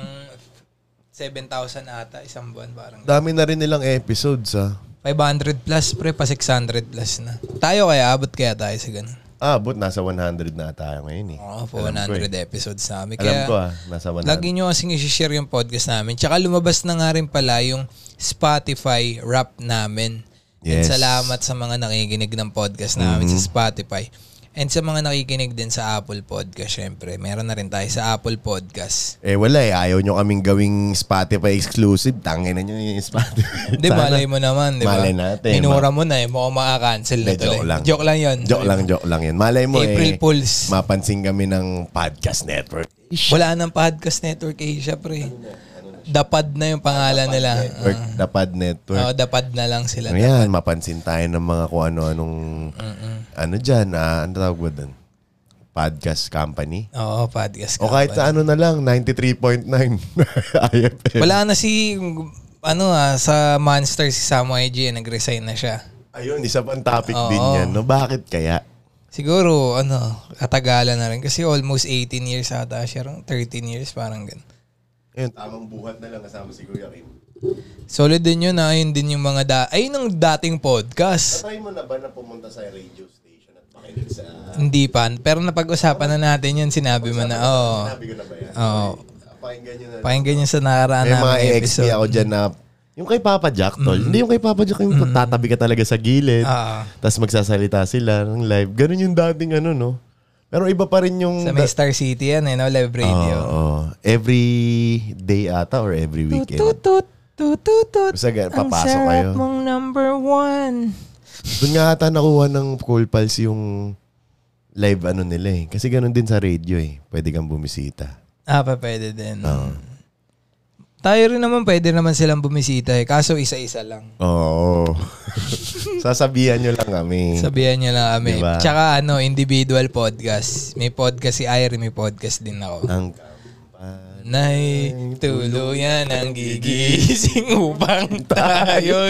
Speaker 2: 7,000 ata isang buwan parang.
Speaker 1: Dami na rin nilang episodes ah.
Speaker 2: 500 plus pre, pa 600 plus na. Tayo kaya, abot kaya tayo sa ganun.
Speaker 1: Ah, but nasa 100 na tayo ngayon eh.
Speaker 2: Oo,
Speaker 1: Alam ko eh.
Speaker 2: 400 episodes namin.
Speaker 1: Alam
Speaker 2: Kaya,
Speaker 1: ko ah, nasa 100.
Speaker 2: Lagi nyo kasing isi-share yung podcast namin. Tsaka lumabas na nga rin pala yung Spotify rap namin. And
Speaker 1: Yes. Mm-hmm.
Speaker 2: salamat sa mga nakikinig ng podcast namin sa Spotify. And sa mga nakikinig din sa Apple Podcast, syempre, meron na rin tayo sa Apple Podcast.
Speaker 1: Eh wala eh, ayaw nyo kaming gawing Spotify exclusive. Tangin na nyo yung Spotify.
Speaker 2: Hindi,
Speaker 1: Sana.
Speaker 2: malay mo naman, di ba?
Speaker 1: Malay natin.
Speaker 2: Minura mo na eh, mukhang makakancel na
Speaker 1: Hindi,
Speaker 2: tuloy.
Speaker 1: joke lang.
Speaker 2: Joke lang yun.
Speaker 1: Joke lang, joke lang yun. Malay mo
Speaker 2: April
Speaker 1: eh,
Speaker 2: Fools.
Speaker 1: mapansin kami ng podcast network.
Speaker 2: Wala nang podcast network Asia, pre. Dapad na yung pangalan nila.
Speaker 1: Network, the Pod Network.
Speaker 2: Oo, dapad Ah. na lang sila.
Speaker 1: Ano yan, mapansin tayo ng mga kung ano-anong, ano dyan, ah, ano tawag mo dun? Podcast company?
Speaker 2: Oo, podcast
Speaker 1: O kahit
Speaker 2: company.
Speaker 1: sa ano na lang, 93.9 IFM.
Speaker 2: Wala na si, ano ah, sa Monster si Samoy G, eh, nag-resign na siya.
Speaker 1: Ayun, isa pang topic
Speaker 2: Oo.
Speaker 1: din yan. No? Bakit kaya?
Speaker 2: Siguro, ano, katagalan na rin. Kasi almost 18 years ata siya. ron. 13 years, parang gan.
Speaker 1: Ayun, tamang buhat na lang kasama si Kuya Kim.
Speaker 2: Solid din yun, ah. Ayun din yung mga da... Ayun ang dating podcast.
Speaker 1: Try mo na ba na pumunta sa radio station at makinig sa...
Speaker 2: Hindi pa. Pero napag-usapan na natin yun. Sinabi mo na, oo. Oh,
Speaker 1: Sabi ko na ba yan?
Speaker 2: oo.
Speaker 1: Pakinggan nyo na.
Speaker 2: Pakinggan yun sa nakaraan
Speaker 1: May mga
Speaker 2: naming
Speaker 1: EXP
Speaker 2: episode. Mm.
Speaker 1: ako dyan na... Yung kay Papa Jack, tol. Hindi yung kay Papa Jack, yung tatabi ka talaga sa gilid.
Speaker 2: Oo.
Speaker 1: Tapos magsasalita sila ng live. Ganun yung dating ano, no? Pero iba pa rin yung...
Speaker 2: Sa may Star City yan, eh, no? Live radio.
Speaker 1: Oo. every day ata or every weekend.
Speaker 2: Tutut, tututut.
Speaker 1: Basta gan-
Speaker 2: Ang
Speaker 1: papasok
Speaker 2: sarap
Speaker 1: kayo.
Speaker 2: mong number one.
Speaker 1: Doon nga ata nakuha ng Cool Pals yung live ano nila eh. Kasi ganun din sa radio eh. Pwede kang bumisita.
Speaker 2: Ah, pa pwede din. Tayo rin naman, pwede naman silang bumisita eh. Kaso isa-isa lang.
Speaker 1: Oo. Sasabihan nyo lang kami.
Speaker 2: Sabihan niya lang kami.
Speaker 1: Mm. Diba?
Speaker 2: Tsaka ano, individual podcast. May podcast si Irie, may podcast din ako.
Speaker 1: Ang
Speaker 2: Nay, tuluyan ang gigising upang tayo.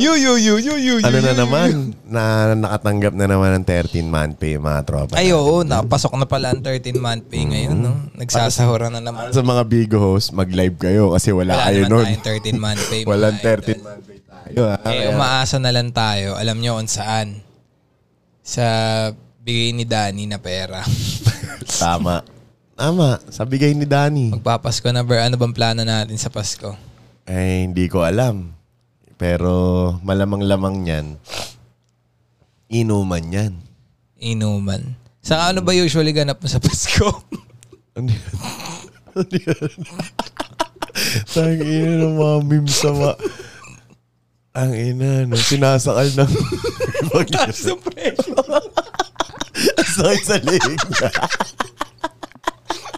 Speaker 2: Yu, yu, yu, yu, yu, yu.
Speaker 1: ano na naman, na nakatanggap na naman ng 13-month pay mga tropa.
Speaker 2: Ay, oo, napasok na pala ang 13-month pay ngayon.
Speaker 1: Mm.
Speaker 2: No? Nagsasahura na naman.
Speaker 1: Sa mga bigo host, mag-live kayo kasi wala,
Speaker 2: Wala
Speaker 1: kayo
Speaker 2: naman
Speaker 1: nun.
Speaker 2: tayong 13-month pay. mga
Speaker 1: Walang
Speaker 2: idol.
Speaker 1: 13-month pay tayo. ah. ha?
Speaker 2: Eh,
Speaker 1: Kaya-
Speaker 2: umaasa na lang tayo. Alam nyo kung saan. Sa bigay ni Danny na pera.
Speaker 1: Tama. Tama. Sabi kay ni Danny.
Speaker 2: Magpapasko na ba? Ano bang plano natin sa Pasko?
Speaker 1: Ay, Eh, hindi ko alam. Pero malamang-lamang yan. Inuman yan.
Speaker 2: Inuman. Sa ano ba usually ganap mo sa Pasko?
Speaker 1: Ano yan? Ano yan? Tang ina ng mga meme sama. Ang ina, no? sinasakal ng
Speaker 2: Taas ng presyo.
Speaker 1: Sorry sa leeg niya.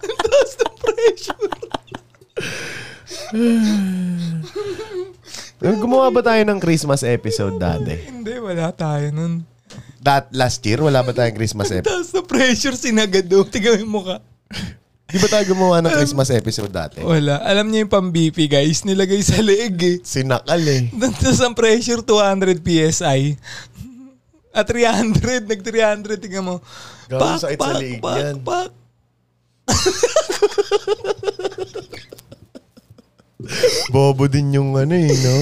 Speaker 2: Taas ng presyo.
Speaker 1: Gumawa ba tayo ng Christmas episode dati?
Speaker 2: Hindi, wala tayo nun.
Speaker 1: That last year, wala ba tayong Christmas episode?
Speaker 2: Taas ng pressure, sinagado. Tigawin mo ka.
Speaker 1: Di ba tayo gumawa ng Christmas episode dati?
Speaker 2: Wala. Alam niyo yung pang-BP, guys. Nilagay sa leeg eh.
Speaker 1: Sinakal eh.
Speaker 2: Tapos ang pressure, 200 PSI. At 300, nag-300, tingnan mo.
Speaker 1: Gawin sakit sa liig yan.
Speaker 2: pak.
Speaker 1: Bobo din yung ano eh, no?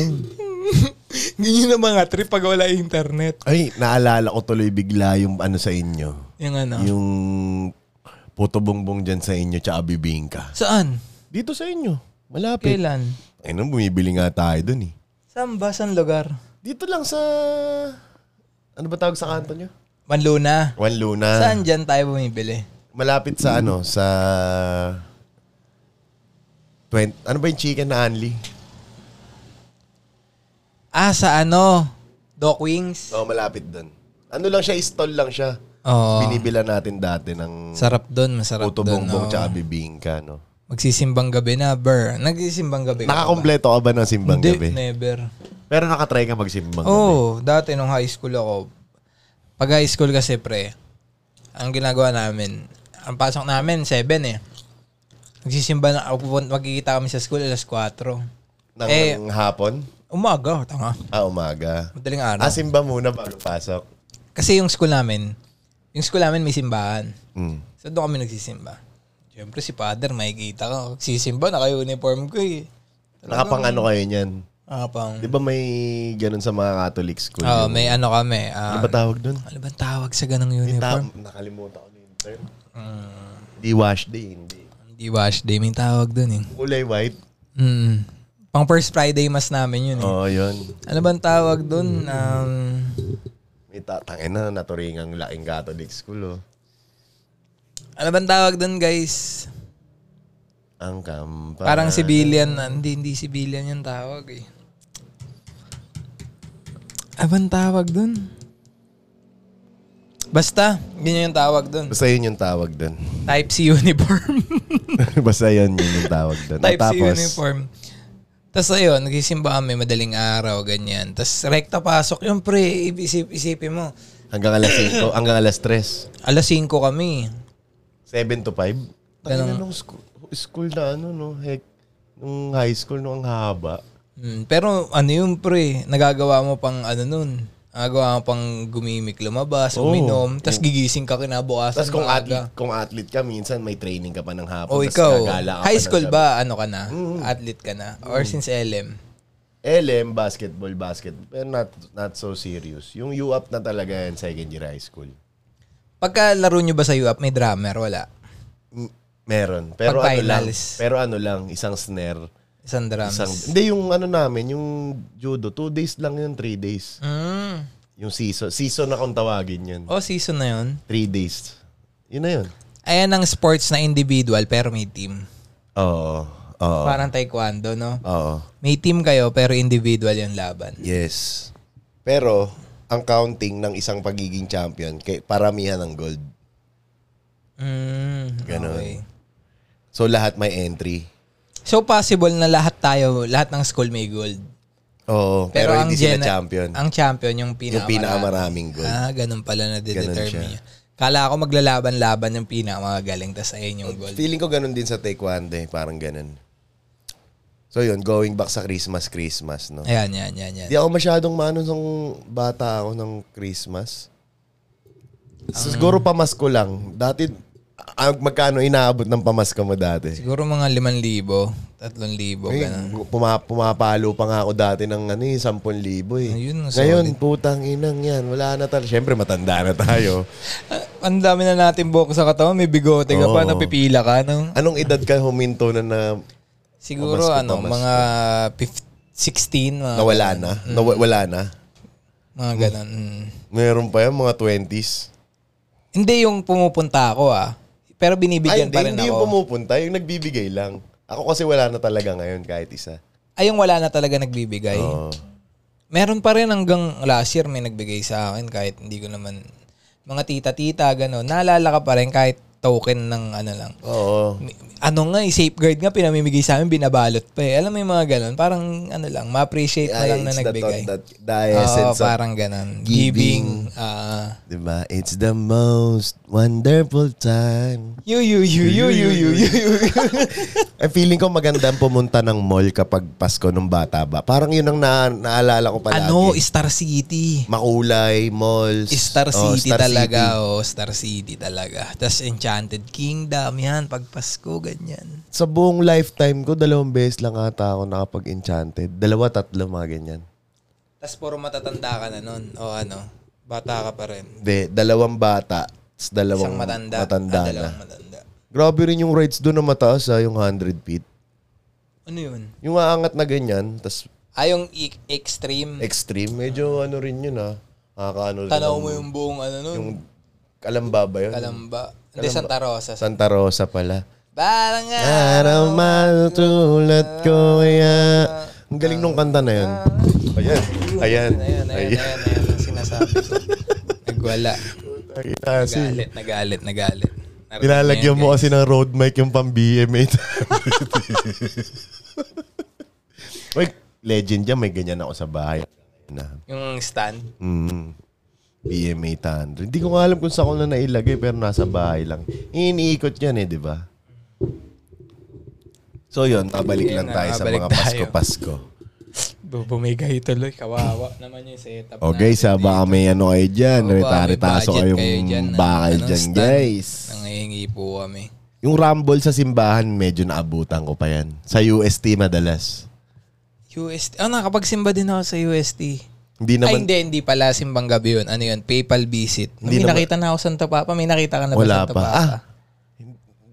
Speaker 2: Ganyan ang mga trip pag wala internet.
Speaker 1: Ay, naalala ko tuloy bigla yung ano sa inyo.
Speaker 2: Yung ano.
Speaker 1: Yung puto bongbong dyan sa inyo tsaka bibingka.
Speaker 2: Saan?
Speaker 1: Dito sa inyo. Malapit.
Speaker 2: Kailan?
Speaker 1: Ay, nung bumibili nga tayo dun eh.
Speaker 2: Saan ba? Saan lugar?
Speaker 1: Dito lang sa... Ano ba tawag sa kanto nyo?
Speaker 2: Manluna.
Speaker 1: Juan Luna.
Speaker 2: Saan dyan tayo bumibili?
Speaker 1: Malapit sa ano, sa... 20, ano ba yung chicken na Anli?
Speaker 2: Ah, sa ano? Doc Wings?
Speaker 1: Oo, malapit dun. Ano lang siya, stall lang siya.
Speaker 2: Oo.
Speaker 1: Binibila natin dati ng
Speaker 2: Ah. Sarap ah. doon, masarap
Speaker 1: puto
Speaker 2: doon.
Speaker 1: bongbong
Speaker 2: oo.
Speaker 1: tsaka bibingka, no?
Speaker 2: Magsisimbang gabi na, Burr. Nagsisimbang gabi ka ba?
Speaker 1: Nakakompleto ka ba ng simbang
Speaker 2: Hindi,
Speaker 1: gabi?
Speaker 2: never.
Speaker 1: Pero nakatry ka magsimbang gabi.
Speaker 2: Oo, oh, dati nung high school ako. Pag high school kasi pre, ang ginagawa namin, ang pasok namin 7 eh. Nagsisimba na ako, pupun- magkikita kami sa school alas 4.
Speaker 1: Nang
Speaker 2: Eh.
Speaker 1: hapon?
Speaker 2: Umaga, tanga.
Speaker 1: Ah, umaga.
Speaker 2: Madaling araw.
Speaker 1: Ah, simba muna bago pasok.
Speaker 2: kasi yung school namin, yung school namin may simbahan.
Speaker 1: Mm.
Speaker 2: So doon kami nagsisimba. Siyempre si father, makikita ka. Nagsisimba, naka-uniform ko eh.
Speaker 1: Nakapang ano kayo niyan?
Speaker 2: Ah, pang...
Speaker 1: Di ba may ganun sa mga Catholic school?
Speaker 2: Oo,
Speaker 1: Yung-
Speaker 2: may ano kami.
Speaker 1: Ano
Speaker 2: ah,
Speaker 1: ba tawag dun?
Speaker 2: ano bang tawag sa ganong
Speaker 1: May
Speaker 2: uniform?
Speaker 1: ta- nakalimutan ko na yung term. Di wash day, hindi.
Speaker 2: Hindi wash day, may tawag dun eh.
Speaker 1: Kulay white.
Speaker 2: Mm.
Speaker 1: Oh.
Speaker 2: Pang first Friday mas namin yun eh.
Speaker 1: Oo, oh, yun.
Speaker 2: Ano bang tawag doon? Um,
Speaker 1: May tatangin na, naturingang laking Catholic school, oh.
Speaker 2: Ano bang tawag doon, guys?
Speaker 1: Ang kampa.
Speaker 2: Parang civilian. ah, Hindi, hindi civilian yung tawag eh. Abang tawag doon? Basta, yun yung tawag doon.
Speaker 1: Basta yun yung tawag doon.
Speaker 2: Type C uniform.
Speaker 1: Basta yun, yun yung tawag doon.
Speaker 2: Type C
Speaker 1: Tapos,
Speaker 2: uniform. Tapos ayun, nagsisimba kami madaling araw, ganyan. Tapos rekta pasok yung pre, isip, isipin mo.
Speaker 1: hanggang alas 5, hanggang alas 3.
Speaker 2: Alas 5 kami.
Speaker 1: 7 to 5. Tangin na nung school, school na ano, no? Heck, nung high school, no, ang haba.
Speaker 2: Mm, pero ano yung pre, nagagawa mo pang ano nun? Nagagawa mo pang gumimik lumabas,
Speaker 1: Oo.
Speaker 2: uminom, tapos gigising ka kinabukasan.
Speaker 1: Tapos Oh. kung
Speaker 2: maaga.
Speaker 1: athlete, kung athlete ka, minsan may training ka pa ng hapon.
Speaker 2: O
Speaker 1: tas
Speaker 2: ikaw,
Speaker 1: gagala ka pa Mm-hmm.
Speaker 2: high
Speaker 1: ng
Speaker 2: school
Speaker 1: gabi.
Speaker 2: ba? Ano ka na? Athlete ka na? Or
Speaker 1: Mm-hmm.
Speaker 2: since LM?
Speaker 1: LM, basketball, basket. Pero not, not so serious. Yung U-up na talaga yan, second year high school.
Speaker 2: Pagka laro nyo ba sa UAP, may drummer? Wala.
Speaker 1: M- Meron. Pero
Speaker 2: Pag
Speaker 1: ano lang,
Speaker 2: finals.
Speaker 1: pero ano lang, isang snare.
Speaker 2: Isang drums.
Speaker 1: Isang, hindi, yung ano namin, yung judo, two days lang yun, three days.
Speaker 2: Mm.
Speaker 1: Yung season. Season na kung tawagin yun.
Speaker 2: O, season na yun.
Speaker 1: Three days. Yun na yun.
Speaker 2: Ayan ang sports na individual pero may team.
Speaker 1: Oo. Oo.
Speaker 2: Parang taekwondo, no?
Speaker 1: Oo.
Speaker 2: May team kayo pero individual yung laban.
Speaker 1: Yes. Pero, ang counting ng isang pagiging champion, kay paramihan ng gold.
Speaker 2: Mm,
Speaker 1: Ganon.
Speaker 2: okay.
Speaker 1: So, lahat may entry.
Speaker 2: So possible na lahat tayo, lahat ng school may gold.
Speaker 1: Oo. Pero, hindi sila
Speaker 2: gena-
Speaker 1: champion.
Speaker 2: Ang champion yung
Speaker 1: yung
Speaker 2: pinakamarami.
Speaker 1: pinakamaraming gold.
Speaker 2: Ah, ganun pala na
Speaker 1: siya.
Speaker 2: determine niya. Kala ko maglalaban-laban yung pinakamagaling tas ayun yung gold.
Speaker 1: Feeling ko ganun din sa taekwondo eh. Parang ganun. So yun, going back sa Christmas, Christmas, no?
Speaker 2: Ayan, yan, yan, yan.
Speaker 1: Di ako masyadong maano nung bata ako ng Christmas.
Speaker 2: Ah.
Speaker 1: Siguro pamasko lang. Dati, ah, magkano inaabot ng pamasko mo dati?
Speaker 2: Siguro mga 5,000, 3,000,
Speaker 1: Eh,
Speaker 2: ganun.
Speaker 1: puma- pumapalo pa nga ako dati ng ano, eh, 10,000 eh.
Speaker 2: Ayun, solid.
Speaker 1: Ngayon, putang inang yan. Wala na talaga. Siyempre, matanda na tayo.
Speaker 2: Ah, ang dami na natin buhok sa katawan, may bigote ka pa,
Speaker 1: Oo.
Speaker 2: napipila ka. No?
Speaker 1: Anong edad ka huminto na na
Speaker 2: Siguro
Speaker 1: Pamasko,
Speaker 2: ano,
Speaker 1: pamasko.
Speaker 2: mga 15, 16, mga,
Speaker 1: nawala na?
Speaker 2: Mm.
Speaker 1: Nawa- wala na?
Speaker 2: mga ganun. Mm.
Speaker 1: Meron pa yan, mga 20s.
Speaker 2: Hindi yung pumupunta ako ah. Pero
Speaker 1: Ay,
Speaker 2: binibigyan
Speaker 1: hindi,
Speaker 2: pa rin
Speaker 1: hindi
Speaker 2: ako.
Speaker 1: yung pumupunta. Yung nagbibigay lang. Ako kasi wala na talaga ngayon kahit isa.
Speaker 2: Ay, yung wala na talaga nagbibigay.
Speaker 1: Oo.
Speaker 2: Meron pa rin hanggang last year may nagbigay sa akin kahit hindi ko naman mga tita-tita gano'n. Naalala ka pa rin kahit token ng ano lang.
Speaker 1: Oo.
Speaker 2: Mi- Ano nga, eh, safeguard nga pinamimigay sa amin, binabalot pa eh. Alam mo yung mga gano'n, parang ano lang, ma-appreciate mo
Speaker 1: Ay,
Speaker 2: lang na
Speaker 1: it's the
Speaker 2: nagbigay.
Speaker 1: thought that- the
Speaker 2: Oo,
Speaker 1: essence of-
Speaker 2: parang gano'n.
Speaker 1: giving.
Speaker 2: Giving. ah
Speaker 1: Diba? It's the most wonderful time.
Speaker 2: you, you, you, you, you, you, you, you.
Speaker 1: Ay, feeling ko maganda ang pumunta ng mall kapag Pasko nung bata ba. Parang yun ang na- naalala ko palagi.
Speaker 2: ano, Star City.
Speaker 1: Makulay, malls.
Speaker 2: Star
Speaker 1: Oh,
Speaker 2: City
Speaker 1: Star
Speaker 2: talaga, oh, Star City talaga. Tapos Enchanted Kingdom, yan, pag Pasko, ganyan.
Speaker 1: Sa buong lifetime ko, dalawang beses lang ata ako nakapag-enchanted. Dalawa, tatlo, mga ganyan.
Speaker 2: Tapos puro matatanda ka na nun, o ano, bata ka pa rin.
Speaker 1: Hindi, dalawang bata. tas Dalawang
Speaker 2: Isang matanda,
Speaker 1: matanda
Speaker 2: ah,
Speaker 1: na.
Speaker 2: dalawang matanda.
Speaker 1: Grabe rin yung rides doon na mataas ha, yung 100 feet.
Speaker 2: Ano yun?
Speaker 1: Yung aangat na ganyan, tas
Speaker 2: Ah, yung e- extreme.
Speaker 1: extreme, medyo ano rin yun ha. Nakakaano rin.
Speaker 2: Tanaw mo yung buong ano nun,
Speaker 1: Yung kalamba ba yun?
Speaker 2: Kalamba. Hindi, Santa Rosa.
Speaker 1: Santa Rosa pala.
Speaker 2: Parang nga.
Speaker 1: Araw matulad ko ya. Ang galing nung kanta na yun. Ayan. Ayan.
Speaker 2: Ah. Ayan, ayan,
Speaker 1: Ayan.
Speaker 2: ayan, ayan, ang sinasabi ko. Nagwala.
Speaker 1: Kasi,
Speaker 2: Galit, nagalit, nagalit. Narinig
Speaker 1: Ah, nilalagyan
Speaker 2: niyo
Speaker 1: mo kasi ng road mic yung pang BMA. Uy, legend yan. May ganyan ako sa bahay. Na,
Speaker 2: yun? Yung stand.
Speaker 1: mm, BMA Thunder. Hindi ko nga alam kung saan ko na nailagay pero nasa bahay lang. Iniikot yan eh, di ba? So yun, babalik lang
Speaker 2: Yun na,
Speaker 1: tayo sa
Speaker 2: babalik
Speaker 1: mga
Speaker 2: tayo.
Speaker 1: Pasko-Pasko.
Speaker 2: Bumigay tuloy. Kawawa naman yung setup
Speaker 1: O guys, ha,
Speaker 2: natin
Speaker 1: baka may ano kayo dyan.
Speaker 2: Oo, baka may
Speaker 1: Retaso
Speaker 2: budget
Speaker 1: kayong
Speaker 2: kayo dyan na
Speaker 1: bakal
Speaker 2: ano,
Speaker 1: dyan,
Speaker 2: stand.
Speaker 1: guys.
Speaker 2: dito. Nangihingi po kami.
Speaker 1: Yung rumble sa simbahan, medyo naabutan ko pa yan. Sa UST madalas.
Speaker 2: UST. Ah, nakapagsimba din ako sa UST.
Speaker 1: Hindi
Speaker 2: Ay,
Speaker 1: naman,
Speaker 2: hindi, hindi pala simbang gabi yun. Ano yun? PayPal visit.
Speaker 1: Hindi
Speaker 2: may
Speaker 1: naman-
Speaker 2: nakita na ako Santa Papa. May nakita ka na ba
Speaker 1: wala
Speaker 2: Santa
Speaker 1: pa.
Speaker 2: Papa?
Speaker 1: Ah,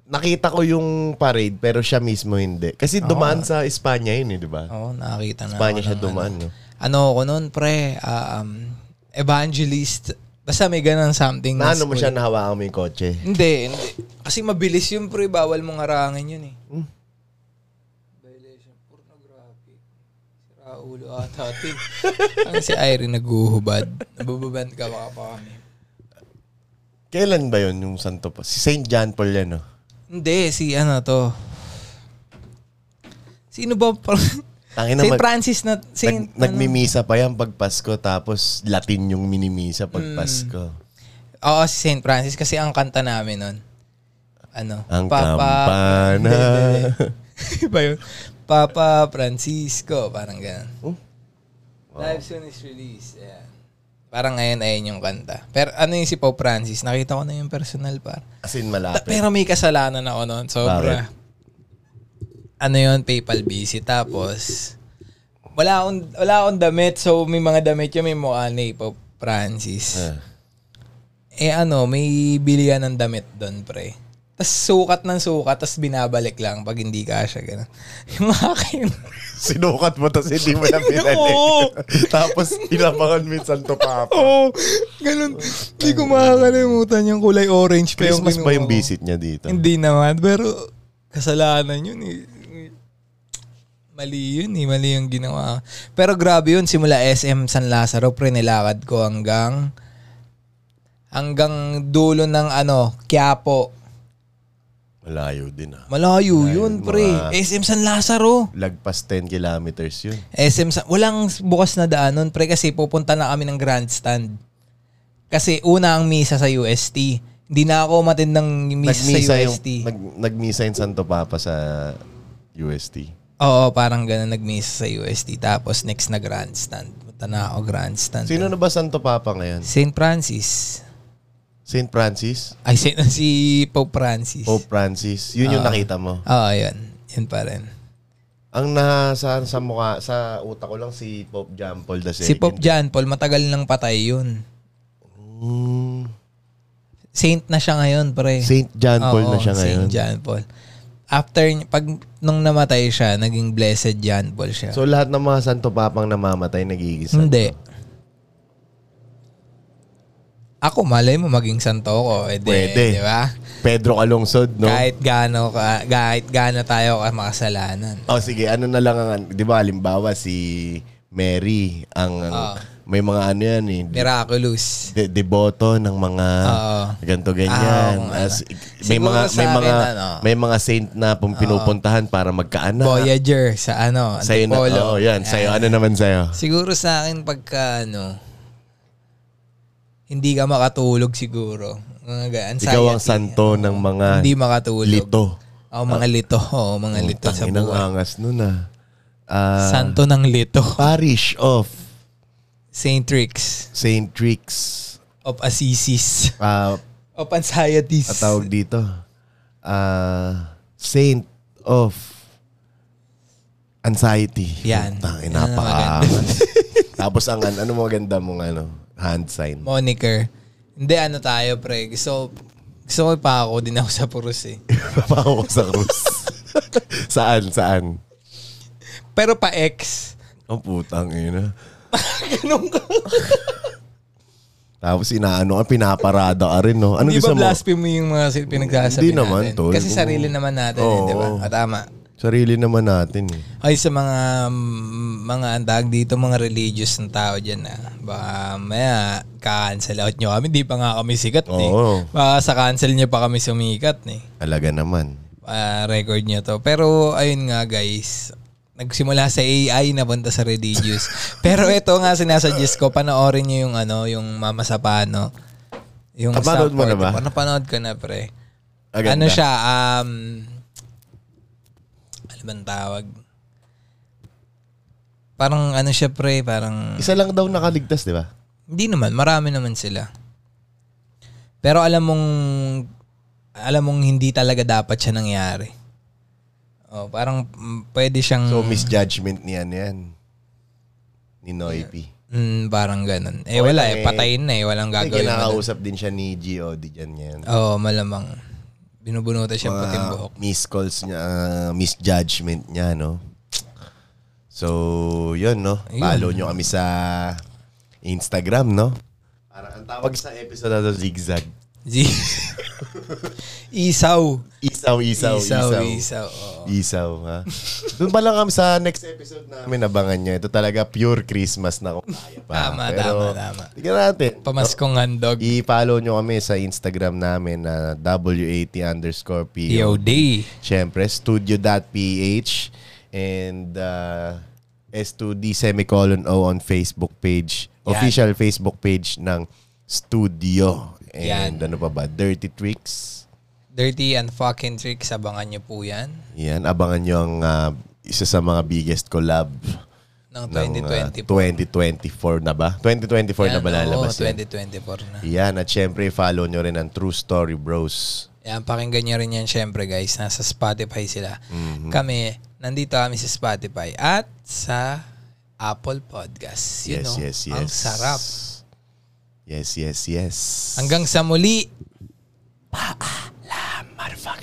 Speaker 1: nakita ko yung parade, pero siya mismo hindi. Kasi dumaan sa Espanya yun, eh, di ba?
Speaker 2: Oo, nakakita na
Speaker 1: Espanya
Speaker 2: ako
Speaker 1: siya eh.
Speaker 2: ng ano.
Speaker 1: dumaan, no?
Speaker 2: Ano ako nun, pre? Ah, um, evangelist. Basta may ganang something.
Speaker 1: Na
Speaker 2: na
Speaker 1: ano mo
Speaker 2: school.
Speaker 1: siya, nahawakan mo yung kotse.
Speaker 2: Hindi, hindi. Kasi mabilis yun, pre. Bawal mong harangin yun eh.
Speaker 1: Hmm.
Speaker 2: Violation. Pornographic. Sira ulo ata. Tin. Ang si Irene naguhubad. Nabubaband ka baka pa kami.
Speaker 1: Kailan ba yun yung santo pa? Si St. John Paul yan, oh. no?
Speaker 2: Hindi, si ano to. Sino ba? par-
Speaker 1: Tangin
Speaker 2: Saint
Speaker 1: naman,
Speaker 2: Francis na... ano? Saint,
Speaker 1: nag, nagmimisa pa yan pag Pasko, tapos Latin yung minimisa pag
Speaker 2: Mm.
Speaker 1: Pasko.
Speaker 2: Oo, si Saint Francis. Kasi ang kanta namin nun. Ano?
Speaker 1: Ang kampana.
Speaker 2: Iba yun. Papa Francisco. Parang ganun.
Speaker 1: Oh.
Speaker 2: Live soon is released. Yeah. Parang ngayon ayun yung kanta. Pero ano yung si Pope Francis? Nakita ko na yung personal par.
Speaker 1: As in,
Speaker 2: Ta-
Speaker 1: malapit.
Speaker 2: Pero may kasalanan ako noon. Sobra. Ano yun? PayPal busy. Tapos, wala akong, wala akong damit. So, may mga damit yun. May mukha ni Pope Francis.
Speaker 1: Ah.
Speaker 2: Eh ano, may bilian ng damit doon, pre. Tapos sukat ng sukat, tapos binabalik lang pag hindi ka siya ganun. Yung akin.
Speaker 1: Sinukat mo, tapos hindi mo na pinalik.
Speaker 2: Oo.
Speaker 1: tapos ilabangan mo yung santo papa.
Speaker 2: Oo, oh, ganun. Hindi ko makakalimutan yung kulay orange pa
Speaker 1: Christmas
Speaker 2: yung
Speaker 1: ba yung
Speaker 2: kinuha ko.
Speaker 1: visit niya dito?
Speaker 2: Hindi naman, pero kasalanan yun eh. Mali yun eh, mali yung ginawa. Pero grabe yun, simula SM San Lazaro, pre, nilakad ko hanggang hanggang dulo ng ano, Quiapo.
Speaker 1: Malayo din ah.
Speaker 2: Malayo yun,
Speaker 1: mga-
Speaker 2: pre. SM San Lazaro.
Speaker 1: Lagpas 10 kilometers yun.
Speaker 2: SM San... Walang bukas na daan nun, pre, kasi pupunta na kami ng grandstand. Kasi una ang misa sa UST. Hindi na ako matindang misa sa
Speaker 1: Nagmisa yung,
Speaker 2: UST.
Speaker 1: nag, nagmisa yung santo papa sa UST.
Speaker 2: Oo, parang ganun nagmisa sa UST. Tapos next na grandstand. Punta na ako grandstand.
Speaker 1: Sino na ba santo papa ngayon?
Speaker 2: St. Francis.
Speaker 1: St. Francis?
Speaker 2: Ay, Saint, si Pope Francis.
Speaker 1: Pope Francis? Yun
Speaker 2: Ah.
Speaker 1: yung nakita mo?
Speaker 2: Oo, yun. Yun pa rin.
Speaker 1: Ang nasa sa mukha, sa utak ko lang si Pope John Paul II.
Speaker 2: Si Pope John Paul, matagal nang patay yun.
Speaker 1: Mm,
Speaker 2: Saint na siya ngayon, pre.
Speaker 1: Saint John Paul
Speaker 2: Oo,
Speaker 1: na siya ngayon.
Speaker 2: Saint John Paul. After, pag nung namatay siya, naging Blessed John Paul siya.
Speaker 1: So lahat ng mga santo papang namamatay nagiging santo.
Speaker 2: Hindi. Ako, malay mo maging santo ko. Eh, di-
Speaker 1: Pwede.
Speaker 2: Di ba?
Speaker 1: Pedro Alonsod, no?
Speaker 2: Kahit gaano ka, kahit gaano tayo ka makasalanan.
Speaker 1: Oh, sige, ano na lang ang, di ba, halimbawa si Mary, ang, ang-
Speaker 2: Ah.
Speaker 1: may mga ano yan eh, de-
Speaker 2: Miraculous.
Speaker 1: de- deboto ng mga
Speaker 2: Oo.
Speaker 1: ganto ganyan.
Speaker 2: Ah, oo,
Speaker 1: As, may
Speaker 2: Siguro
Speaker 1: mga
Speaker 2: sa
Speaker 1: may
Speaker 2: akin,
Speaker 1: mga
Speaker 2: ano? Ah.
Speaker 1: may mga saint na pum- pinupuntahan para magkaanak.
Speaker 2: Voyager sa ano,
Speaker 1: Sa'yo na,
Speaker 2: Antipolo. Ah.
Speaker 1: oh, yan. Sa'yo, ano naman sa'yo?
Speaker 2: Siguro sa akin pagka ano, hindi ka makatulog siguro. Mga ga- anxiety.
Speaker 1: Ikaw ang santo ng mga
Speaker 2: Hindi makatulog.
Speaker 1: lito.
Speaker 2: Oo, Oh, mga lito. Oo, mga
Speaker 1: Oh,
Speaker 2: lito sa
Speaker 1: Tangin ang
Speaker 2: buwan.
Speaker 1: angas nun ah. Ah,
Speaker 2: Santo ng lito.
Speaker 1: Parish of
Speaker 2: Saint Tricks
Speaker 1: St. Tricks.
Speaker 2: of Assisis.
Speaker 1: Ah,
Speaker 2: Of anxieties.
Speaker 1: ang tawag dito. Ah, Saint of Anxiety.
Speaker 2: Yan.
Speaker 1: Tangin,
Speaker 2: Yan ang
Speaker 1: napakaangas. Tapos ang an- ano maganda mong ano, hand sign.
Speaker 2: Moniker. Hindi, ano tayo, pre. Gusto, gusto ko pa ako. Din ako sa purus eh.
Speaker 1: Papakawak sa krus. saan, saan?
Speaker 2: Pero pa-ex.
Speaker 1: Ang putang ina.
Speaker 2: Ganun ka.
Speaker 1: Tapos inaano ka, pinaparada ka rin, no? Ano
Speaker 2: Hindi
Speaker 1: gusto
Speaker 2: ba
Speaker 1: mo?
Speaker 2: blasphemy yung mga si- pinagsasabi
Speaker 1: Hindi naman,
Speaker 2: natin?
Speaker 1: tol.
Speaker 2: Kasi
Speaker 1: Oo.
Speaker 2: sarili naman natin, eh,
Speaker 1: Oo.
Speaker 2: di ba? Ah, Tama.
Speaker 1: Sarili naman natin eh.
Speaker 2: Ay, sa mga mm, mga andag dito, mga religious ng tao dyan, ah. Baka maya, cancel out nyo kami. Di pa nga kami sikat, eh.
Speaker 1: Oo.
Speaker 2: Baka sa cancel nyo pa kami sumikat, eh.
Speaker 1: Alaga naman.
Speaker 2: Ah, record nyo to. Pero, ayun nga, guys. Nagsimula sa AI, napunta sa religious. Pero ito nga, sinasuggest ko, panoorin nyo yung, ano, yung Mama Sapano. Yung
Speaker 1: Napanood
Speaker 2: sa
Speaker 1: mo na ba?
Speaker 2: 44. Napanood ko na, pre.
Speaker 1: Aganda.
Speaker 2: Ano siya, um, ano bang tawag? Parang ano siya pre, parang,
Speaker 1: Isa lang daw nakaligtas, di ba?
Speaker 2: hindi naman, marami naman sila. Pero alam mong, alam mong hindi talaga dapat siya nangyari. Oh, parang mm, pwede siyang,
Speaker 1: So, misjudgment ni ano yan. Ni Noipi.
Speaker 2: mm, parang ganun.
Speaker 1: Okay
Speaker 2: Eh wala
Speaker 1: lang
Speaker 2: eh,
Speaker 1: eh.
Speaker 2: patayin na eh, walang
Speaker 1: Kasi
Speaker 2: gagawin. mo
Speaker 1: kinakausap din siya ni G.O.D. dyan ngayon.
Speaker 2: dun. Oo, malamang. Binubunutan siya puting buhok.
Speaker 1: miscalls niya, ah, misjudgment niya, no? So, yun, no? Follow nyo kami sa Instagram, no? Para ang tawag sa episode na to, zigzag.
Speaker 2: G. Isaw.
Speaker 1: Isaw, isaw, isaw.
Speaker 2: Isaw, isaw. oo.
Speaker 1: Isaw, ha? Doon pa lang kami sa next episode namin, abangan nyo. Ito talaga pure Christmas na kung kaya pa.
Speaker 2: Tama, tama, tama.
Speaker 1: Tignan natin.
Speaker 2: Pamaskong handog.
Speaker 1: I-follow nyo kami sa Instagram namin na WAT underscore PO.
Speaker 2: EOD.
Speaker 1: Siyempre, studio.ph and uh, S2D semicolon O on Facebook page.
Speaker 2: Yan.
Speaker 1: Official Facebook page ng studio. And
Speaker 2: Yan.
Speaker 1: ano pa ba? Dirty Tricks.
Speaker 2: Dirty and fucking tricks. Abangan nyo po yan.
Speaker 1: Yan, abangan nyo ang ah, isa sa mga biggest collab
Speaker 2: Ng
Speaker 1: ng ah,
Speaker 2: 2020 po.
Speaker 1: 2024 na ba? 2024 na ba
Speaker 2: Yan, oo,
Speaker 1: lalabas yan?
Speaker 2: 2024 na.
Speaker 1: Yan, at syempre follow nyo rin ang True Story Bros.
Speaker 2: Yan, pakinggan nyo rin yan syempre guys. Nasa Spotify sila.
Speaker 1: Mm-hmm.
Speaker 2: Kami, nandito kami sa Spotify at sa Apple Podcasts. You
Speaker 1: yes,
Speaker 2: know,
Speaker 1: yes, yes.
Speaker 2: Ang sarap.
Speaker 1: Yes, yes, yes.
Speaker 2: Hanggang sa muli.
Speaker 1: Marfa.